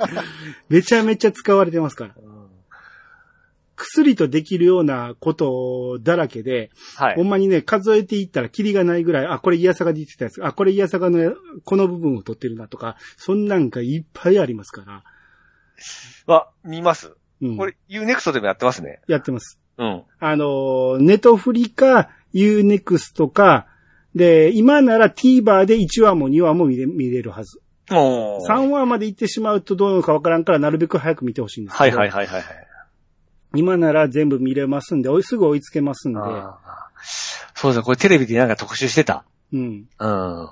めちゃめちゃ使われてますから。薬とできるようなことだらけで、はいほ。んまにね、数えていったらキリがないぐらい、あ、これイヤサガで言ってたやつ、あ、これイヤサガのこの部分を取ってるなとか、そんなんがいっぱいありますから。は、見ます。うんこ。れ、UNEXT でもやってますね。やってます。うん。あのー、ネトフリか、ユーネクストか、で、今なら TVer で1話も2話も見れ見れるはず。おー3話まで行ってしまうとどうなのかわからんから、なるべく早く見てほしいんですはけいど。はいはいはいはい。今なら全部見れますんで、おいすぐ追いつけますんで。あーそうですね。これテレビでなんか特集してた。うん。うん。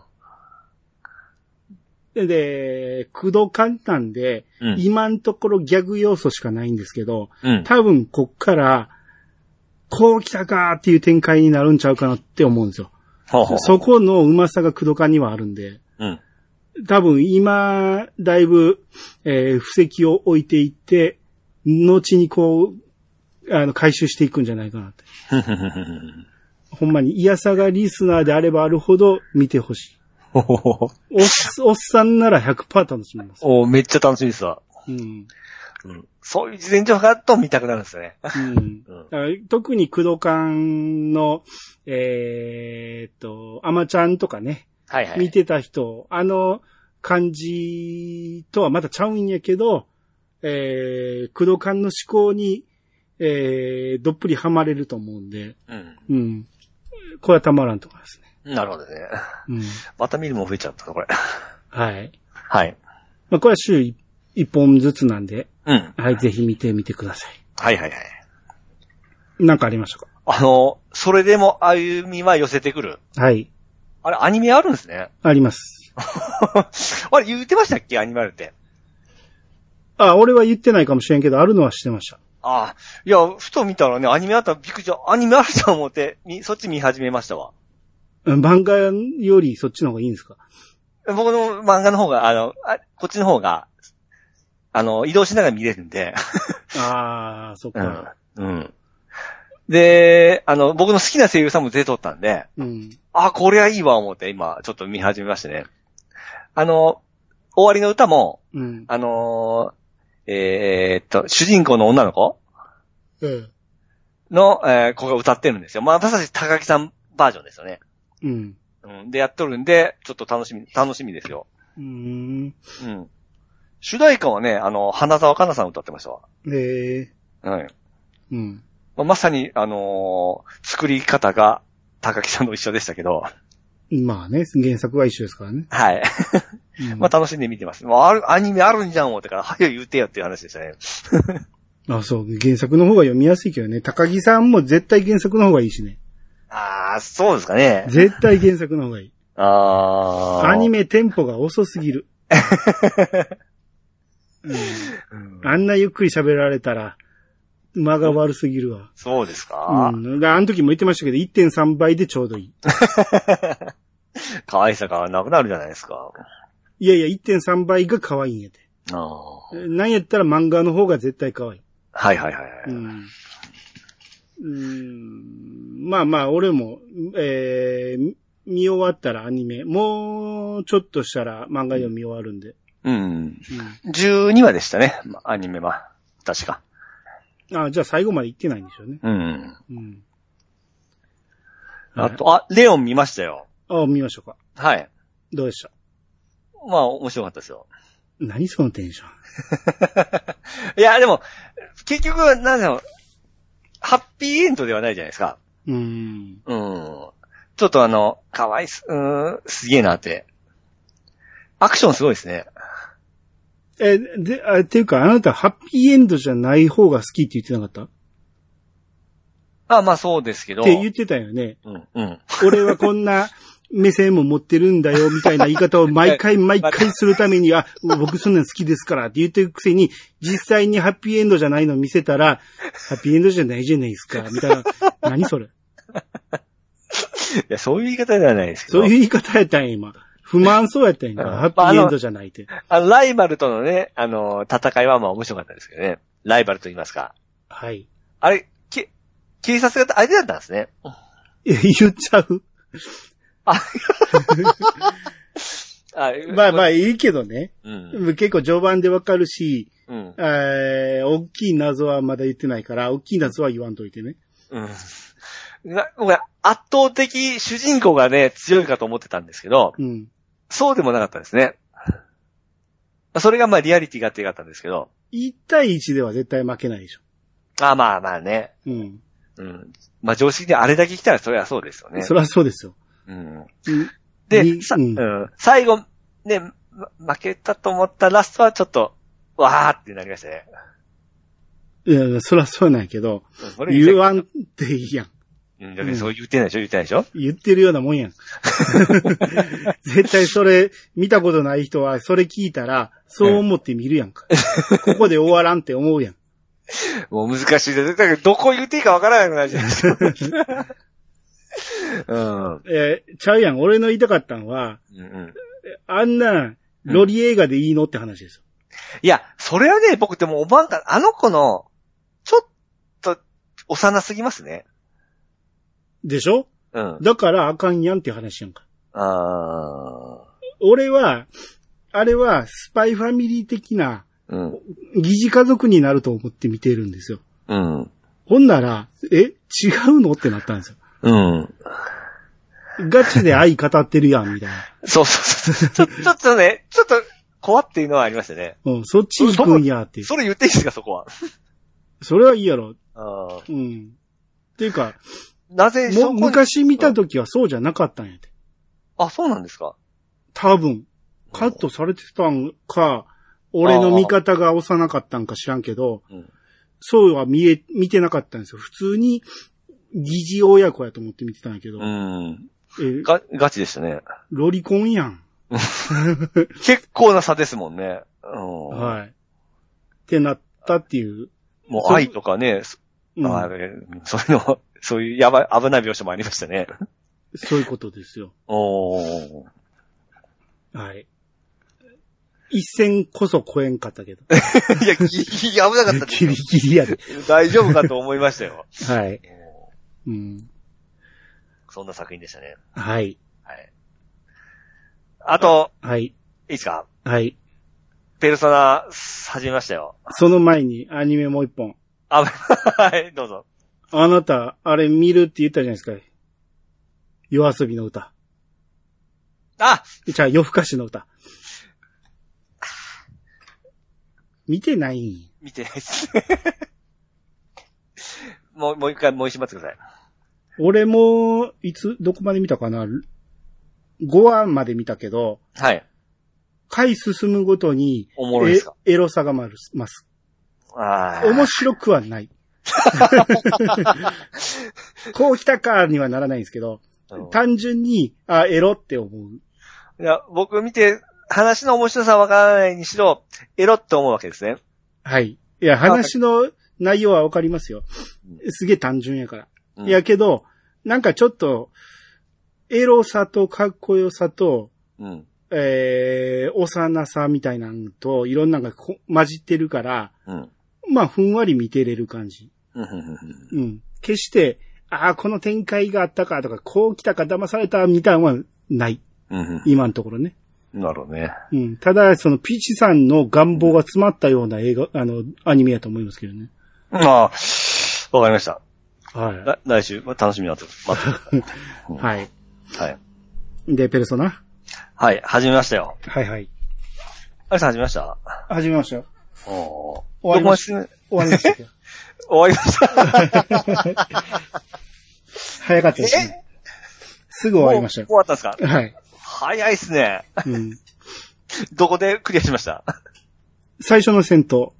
で、で、駆動簡単で、うん。今のところギャグ要素しかないんですけど、うん。多分こっから、こう来たかっていう展開になるんちゃうかなって思うんですよ。ほうほうそこのうまさが駆動感にはあるんで、 うん。多分今、だいぶ、えー布石を置いていって、後にこう、あの、回収していくんじゃないかなって。ふんふんふんふんふんほんまに、イヤサガリスナーであればあるほど見てほしい。ほうほうほうおっす、おっさんなら100%楽しめます。おーめっちゃ楽しみですわ。うん。うん。そういう事前情報があると見たくなるんですよね。うん。うん。だから特に工藤館の、えーっと、アマちゃんとかね、はいはい。見てた人、あの感じとはまたちゃうんやけど、えー、工藤館の思考に、えー、どっぷりハマれると思うんで、うん。うん。これはたまらんところですね。なるほどね。 うん。また見るもん増えちゃったな、これ。 はい。はい。まあ、これは週い一本ずつなんで、うん。はいはい、ぜひ見てみてくださはいはい。い。なんかありましたかあの、それでも歩みは寄せてくる。はい。あれ、アニメあるんですね。 あります。あれ、言ってましたっけアニメあるって。あ、俺は言ってないかもしれんけど、あるのは知ってました。ああ、いや、ふと見たらね、アニメあったらびっくりした。アニメあると思って、み、そっち見始めましたわ。うん漫画よりそっちの方がいいんですか僕の漫画の方が、あの、あこっちの方が、あの、移動しながら見れるんで。ああ、そっうんか。。うん。で、あの、僕の好きな声優さんも出とったんで、うん。あ、これはいいわ、思って、今、ちょっと見始めましたね。あの、終わりの歌も、うん。あのーえーっと、主人公の女の子うん。の、えー子が歌ってるんですよ。まあ、私たち高木さんバージョンですよね。うん。うん。で、やっとるんで、ちょっと楽しみ、楽しみですよ。うーん。うん。主題歌はね、あの、花沢香菜さん歌ってましたわ。ええはい。うん。まあまさに、あのー作り方が、高木さんと一緒でしたけど、まあね、原作は一緒ですからね。はい。うん まあ楽しんで見てます。もうある、アニメあるんじゃん思ってから、早い言うてよっていう話でしたね。あ、そう。原作の方が読みやすいけどね。高木さんも絶対原作の方がいいしね。ああ、そうですかね。絶対原作の方がいい。ああ。アニメテンポが遅すぎる。うんうんあんなゆっくり喋られたら、間が悪すぎるわ。そうですか、うん。だあの時も言ってましたけど、1.3倍でちょうどいい。可愛さがなくなるじゃないですか。いやいや、1.3倍が可愛いんやて。ああ。はなんやったら漫画の方が絶対可愛い。いはいはいはい。うん。うん。まあまあ、俺も、えー、見終わったらアニメ、もうちょっとしたら漫画読み終わるんで。うん。12話でしたね、まアニメは。確か。うん。あじゃあ最後まで行ってないんでしょうね。うん。うん。あと、あ、レオン見ましたよ。はい。あ、見ましょうか。はい。どうでしたまあ、面白かったですよ。 何そのテンション。いや、でも、結局、なんだろう、ハッピーエンドではないじゃないですか。うん。うん。ちょっとあの、かわいす、うーん、すげえなって。アクションすごいですね。え、で、あ、っていうか、あなた、ハッピーエンドじゃない方が好きって言ってなかったっあまあそうですけど。て言ってたよね。うん、うん。俺はこんな目線も持ってるんだよ、みたいな言い方を毎回毎回するために、あ、僕そんなの好きですからって言ってるくせに、実際にハッピーエンドじゃないの見せたら、ハッピーエンドじゃないじゃないですか、みたいな。何それいや、そういう言い方ではないですけど。そういう言い方やったんや、今。不満そうやったんや、今うんハッピーエンドじゃないって。あのライバルとのね、あの、戦いはまあ面白かったですけどね。ライバルと言いますか。はい。あれ、け、警察が相手だったんですね。え言っちゃう。あまあまあ。あいいけどね。うん。結構序盤でわかるし、うん。えー、大きい謎はまだ言ってないから、大きい謎は言わんといてね。 うん。な僕は圧倒的主人公がね、強いかと思ってたんですけど、うん。そうでもなかったですね。それがまあリアリティがあってよかったんですけど。 1対1では絶対負けないでしょ。あまあまあね。うん。うん。まあ常識であれだけ来たらそれはそうですよねそ。りゃそうですよ。うん。うんで、にさ、ううんん。最後、ね、ま負けたと思ったラストはちょっと、わーってなりましたね。いや、そりゃそうなんやけど、うんそれ言う。わんっていいやん。うん、だけどそう言ってないでしょ言ってないでしょ言ってるようなもんやん。 絶対それ、見たことない人は、それ聞いたら、そう思って見るやんか。ここで終わらんって思うやん。もう難しいです。だけど、どこ言っていいかわからなくなるじゃないですか。うん。うんえーちゃうやん。俺の言いたかったのは、うん。あんな、ロリ映画でいいのって話ですよ。いや、それはね、僕でもおばんか、あの子の、ちょっと、幼すぎますね。でしょうん。だからあかんやんって話やんか。あ俺は、あれは、スパイファミリー的な、ー。うん。疑似家族になると思って見てるんですよ。うん。ほんなら、え違うのってなったんですよ。うん。ガチで愛語ってるやん、みたいな。そうそうそう。ちょ、ちょっとね、ちょっと、怖って いうのはありましたね。うん、そっち行くんやっていう。それ言っていいですか、そこは。それはいいやろ。あーうん。っていうか、なぜ、そも、こに昔見た時はそうじゃなかったんやて。あ、そうなんですか。多分、カットされてたんか、俺の見方が幼かったんか知らんけど、うんそうは見え、見てなかったんですよ。普通に、疑似親子やと思って見てたんやけど、うん。え、が、ガチでしたね。ロリコンやん。結構な差ですもんね。うん。はい。ってなったっていう。もそうう愛とかね、そうんあれそういうの、そういうやばい、危ない描写もありましたね。そういうことですよ。お ー。はい。一線こそ超えんかった けど。いや、ギリギリ危なかったですギよリ。ギリやで。大丈夫かと思いましたよ。はい。おうーん。そんな作品でしたね。はい。はい。あと、はい。いいですかはい。ペルソナ、始めましたよ。その前にアニメもう一本。あ、 はい、どうぞ。あなた、あれ見るって言ったじゃないですか。夜遊びの歌。あじゃあ夜更かしの歌。見てないん見てないです。 もう、もう一回、もう一回待ってください。俺も、いつ、どこまで見たかな ?5 話まで見たけど、はい。回進むごとに、おもろいですかえエロさが増す。ますああ。面白くは ない。こう来たかにはならないんですけど、うん単純に、あ、エロって思う。いや、僕見て、話の面白さわからないにしろ、エロって思うわけですね。はい。いや、話の内容はわかりますよ。すげえ単純やから。うんいやけど、なんかちょっと、エロさとかっこよさと、うん。えー、幼さみたいなのと、いろんなのがこ混じってるから、うん。まあ、ふんわり見てれる感じ。うんうんうんうん。決して、ああ、この展開があったかとか、こう来たか騙されたみたいなのはない。うん今のところね。うんなるほどね。うん。ただ、その、ピーチさんの願望が詰まったような映画、あの、アニメやと思いますけどね。まあ、わかりました。は来来週、まあ、楽しみになってます。待ってい。はい。ますはい。で、ペルソナはい、始めましたよ。はいはい。あれさん始めました始めましたよ。おー終わりましどこまで終わりましたけど。終わりました。 早かったですね。すぐ終わりましたよもう終。わったんですかはい。早いっすね。うん。どこでクリアしました最初の戦闘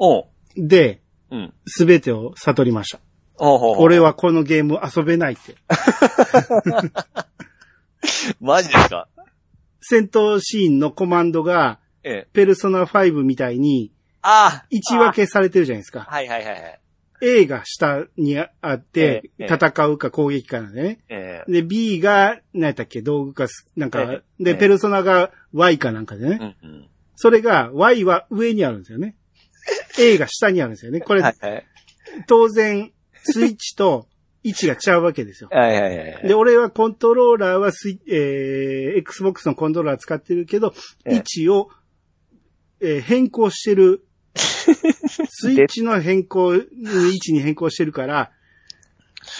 おう。で、うん。すべてを悟りました。おうほうほう俺。はこのゲーム遊べないって。マジですか戦闘シーンのコマンドが、ええ。ペルソナ5みたいに、ああ。一分けされてるじゃないですあか。ー。はいはいはいはい。 A が下にあって、ええ戦うか攻撃かなんでね。ええ。で、B が、何やったっけ、道具かす、なんか、えええで、えペルソナが Y かなんかでね。うんうん。それが、Y は上にあるんですよ ね。A が下にあるんですよね。これ、はいはい。当然、スイッチと位置がちゃうわけですよ。はいはいはいはい。で、俺はコントローラーはスイ、えー、Xbox のコントローラー使ってるけど、ええ位置を、えー変更して る。スイッチの変更、位置に変更してるから、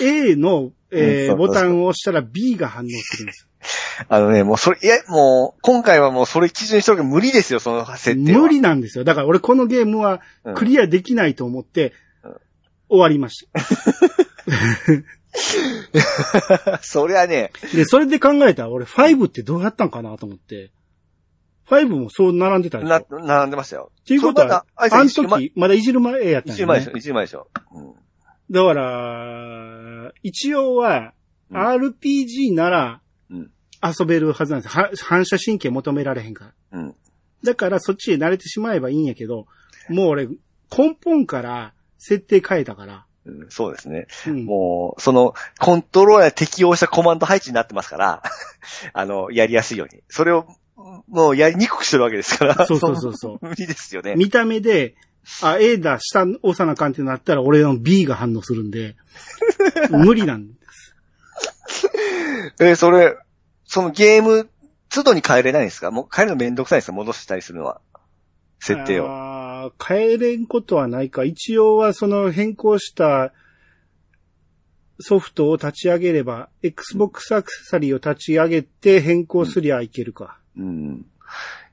A の、えーうんそうそうそうボタンを押したら B が反応するんです。あのね、もうそれ、いや、もう、今回はもうそれ基準にしとるけど無理ですよ、その設定は。無理なんですよ。だから俺このゲームはうんクリアできないと思って、終わりました。 そりゃね、で、それで考えたら俺5ってどうやったんかなと思って、5もそう並んでたんですなよ。、並んでましたよ。っていうことは、それまたああのいつ一枚時、まだいじる前やったん一よ枚でねしょ、。一枚でしょ。うんだから、一応は、うん RPG ならうん、遊べるはずなんです。は反射神経求められへんから。うん。だからそっちへ慣れてしまえばいいんやけど、もう俺、根本から設定変えたから。うんそうですね。うん、もう、その、コントローラーに適用したコマンド配置になってますから、 あの、やりやすいように。それを、もうやりにくくしてるわけですから。そうそうそうそう。 無理ですよね。見た目で、あ、A だ、下押さなあかんってなったら俺の B が反応するんで、無理なんえーそれ、そのゲーム、都度に変えれないんですかもう変えるのめんどくさいんですか戻したりするのは。設定を。を。変えれんことはないか。一応はその変更したソフトを立ち上げれば、Xbox アクセサリーを立ち上げて変更すりゃいけるか。うん。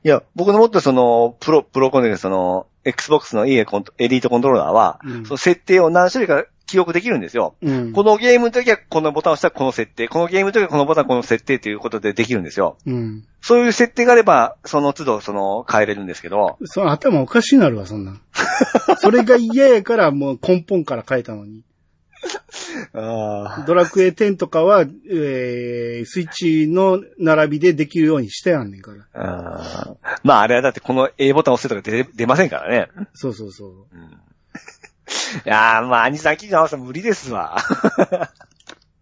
いや、僕の持ってるその、プロ、プロコントでその、Xbox の EA コント、エリートコントローラーは、うんその設定を何種類か記憶できるんですよ。うん。このゲームの時はこのボタンを押したらこの設定、このゲームの時はこのボタンこの設定ということでできるんですよ。うん。そういう設定があれば、その都度その変えれるんですけど、その頭おかしいなるわ、そんなん。 それが嫌やからもう根本から変えたのに。あドラクエ10とかは、えー、スイッチの並びでできるようにしてやんねんから。あ。まああれはだってこの A ボタンを押せとか出出ませんからね。そうそうそう。うんいやー、まあ、兄さん聞いて合わせ無理ですわ。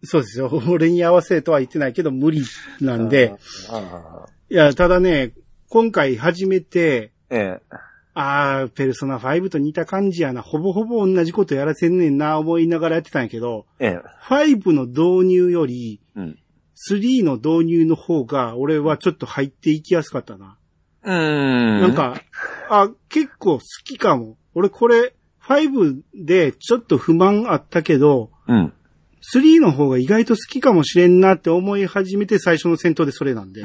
そうですよ。俺に合わせとは言ってないけど無理なんで。あいや、ただね、今回初めて、ー、 ええあー、ペルソナ5と似た感じやな、ほぼほぼ同じことやらせんねんな、思いながらやってたんやけど、ええ、 5の導入より、うん。 3の導入の方が、俺はちょっと入っていきやすかったな。うーん。なん、か、あ、結構好きかも。俺これ、5でちょっと不満あったけど、うん。 3の方が意外と好きかもしれんなって思い始めて最初の戦闘でそれなんで。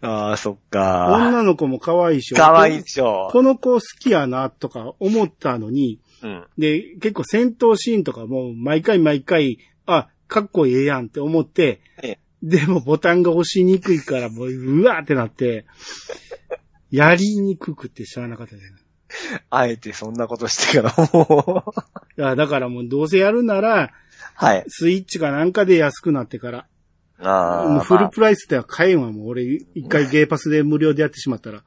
ああ、そっか女の子も可愛いし、ー。かわいいでしょ。この子好きやなとか思ったのに、うん。で、結構戦闘シーンとかも毎回毎回、あ、かっこええやんって思ってええ、でもボタンが押しにくいからもう、うわーってなって、やりにくくて知らなかったじゃない。あえてそんなことしてから、 もう。いや、だからもうどうせやるなら、はい。スイッチかなんかで安くなってから。あもうあ。フルプライスでは買えんわ、もう俺、一回ゲーパスで無料でやってしまったら。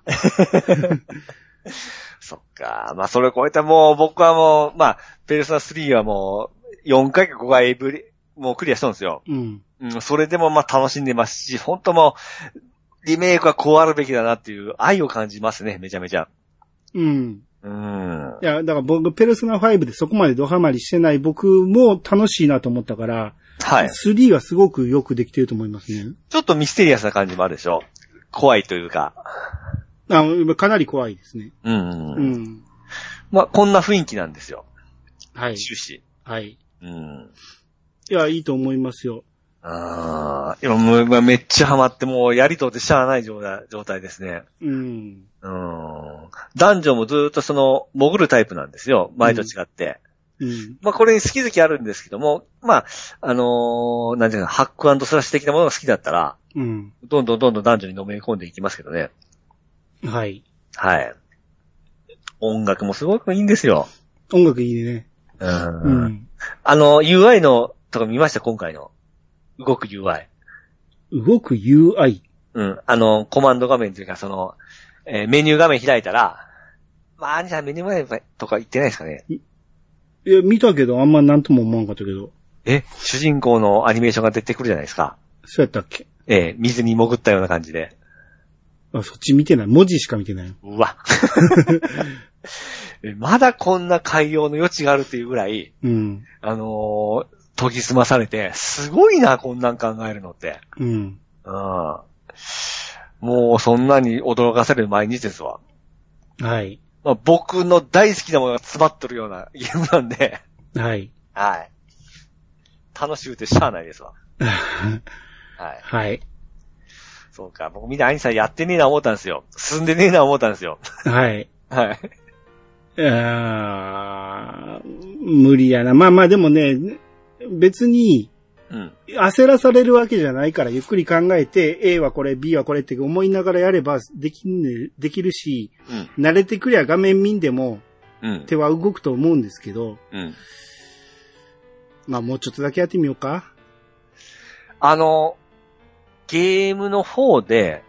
そっか。まあ、それを超えたもう、僕はもう、まあ、ペルソナ3はもう、4回か5回ぶり、もうクリアしたんですよ。うん。うん、それでもまあ楽しんでますし、本当もう、リメイクはこうあるべきだなっていう愛を感じますね、めちゃめちゃ。うん。うん。いや、だから僕、ペルソナ5でそこまでドハマりしてない僕も楽しいなと思ったから、はい。 3はすごくよくできてると思いますね。ちょっとミステリアスな感じもあるでしょ怖いというか。あかなり怖いですね。うんうんううん。ん。まあ、こんな雰囲気なんですよ。はい。終始。はい。うん。いや、いいと思いますよ。ああ、今もうまあめっちゃハマって、もうやりとってしゃあない状態状態ですね。うん。うん。ダンジョンもずーっとその、潜るタイプなんですよ。前と違って。うん。まあこれに好き好きあるんですけども、まあ、あのーなんていうの、ハックスラッシュ的なものが好きだったら、うん。どんどんどんどんダンジョンにのめり込んでいきますけどね。はい。はい。音楽もすごくいいんですよ。音楽いいね。うんうん。あの、UI の、とか見ました今回の。動く UI。動く UI。うん。あの、コマンド画面というか、その、えーメニュー画面開いたら、まあ、兄さんメニュー画面とか言ってないですかね。いや、見たけど、あんまなんとも思わんかったけど。え、主人公のアニメーションが出てくるじゃないですか。そうやったっけえー水に潜ったような感じで。あ、そっち見てない。文字しか見てない。うわ。えまだこんな改良の余地があるっていうぐらい、うん。あのー研ぎ澄まされて、すごいな、こんなん考えるのって。うん。うん。もう、そんなに驚かされる毎日ですわ。はい。まあ、僕の大好きなものが詰まっとるような ゲームなんで、はい。 はい。楽しゅうてしゃあないですわ。はい。はい。そうか。僕みんなアニさんやってねえな思ったんですよ。進んでねえな思ったんですよ。 はい。はい。あー無理やな。まあまあでもね、別にうん。焦らされるわけじゃないから、ゆっくり考えて、A はこれ、B はこれって思いながらやればできんね、できるし、うん。慣れてくりゃ画面見んでもうん。手は動くと思うんですけど、うん。まあもうちょっとだけやってみようか。あの、ゲームの方で、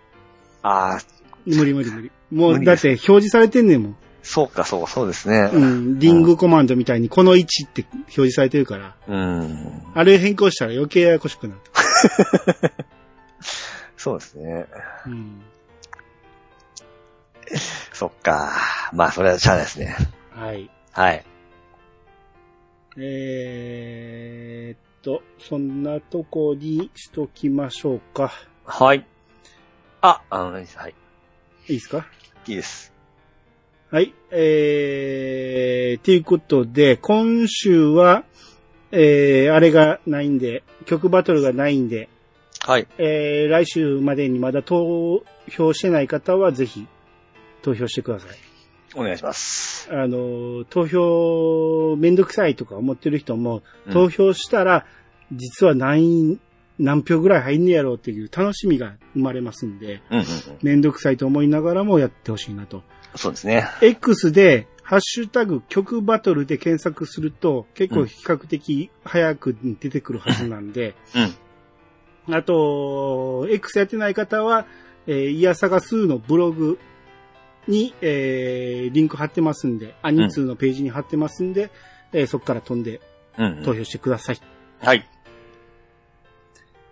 ああ、無理無理無理。も無う理だでってす表示されてんねんもん。そうか、そう、そうですね。うん。リングコマンドみたいにこの位置って表示されてるから、うん。あれ変更したら余計ややこしくなる。そうですね。うん。そっか。まあ、それはしゃあないですね。はい。はい。えーっと、そんなとこにしときましょうか。はい。あ、あの、はい。いいですかいいです。はい。えー、ということで、今週は、えー、あれがないんで、曲バトルがないんで、はい。えー、来週までにまだ投票してない方はぜひ投票してください。お願いします。あの、投票めんどくさいとか思ってる人もう、ん投票したら、実は何、何票ぐらい入んねやろうっていう楽しみが生まれますんで、うんうんうん。めんどくさいと思いながらもやってほしいなと。そうですね。 X で、ハッシュタグ曲バトルで検索すると、結構比較的早く出てくるはずなんで、うん。あと、X やってない方は、えー、いやさが2のブログに、えー、リンク貼ってますんで、アニ2のページに貼ってますんで、えーそこから飛んでうん、う投ん。票してください。はい。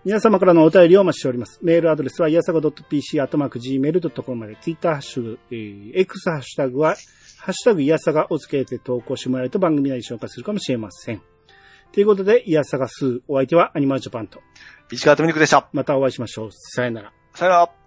皆様からのお便りをお待ちしております。メールアドレスは、いやさが .pc、アットマーク gmail.com まで、ツイッターハッシュタグ、えー、X ハッシュタグは、ハッシュタグいやさがをつけて投稿してもらえると番組内で紹介するかもしれません。ということで、いやさが2、お相手はアニマルジャパンと、ビチカートミルクでした。またお会いしましょう。さよなら。さよなら。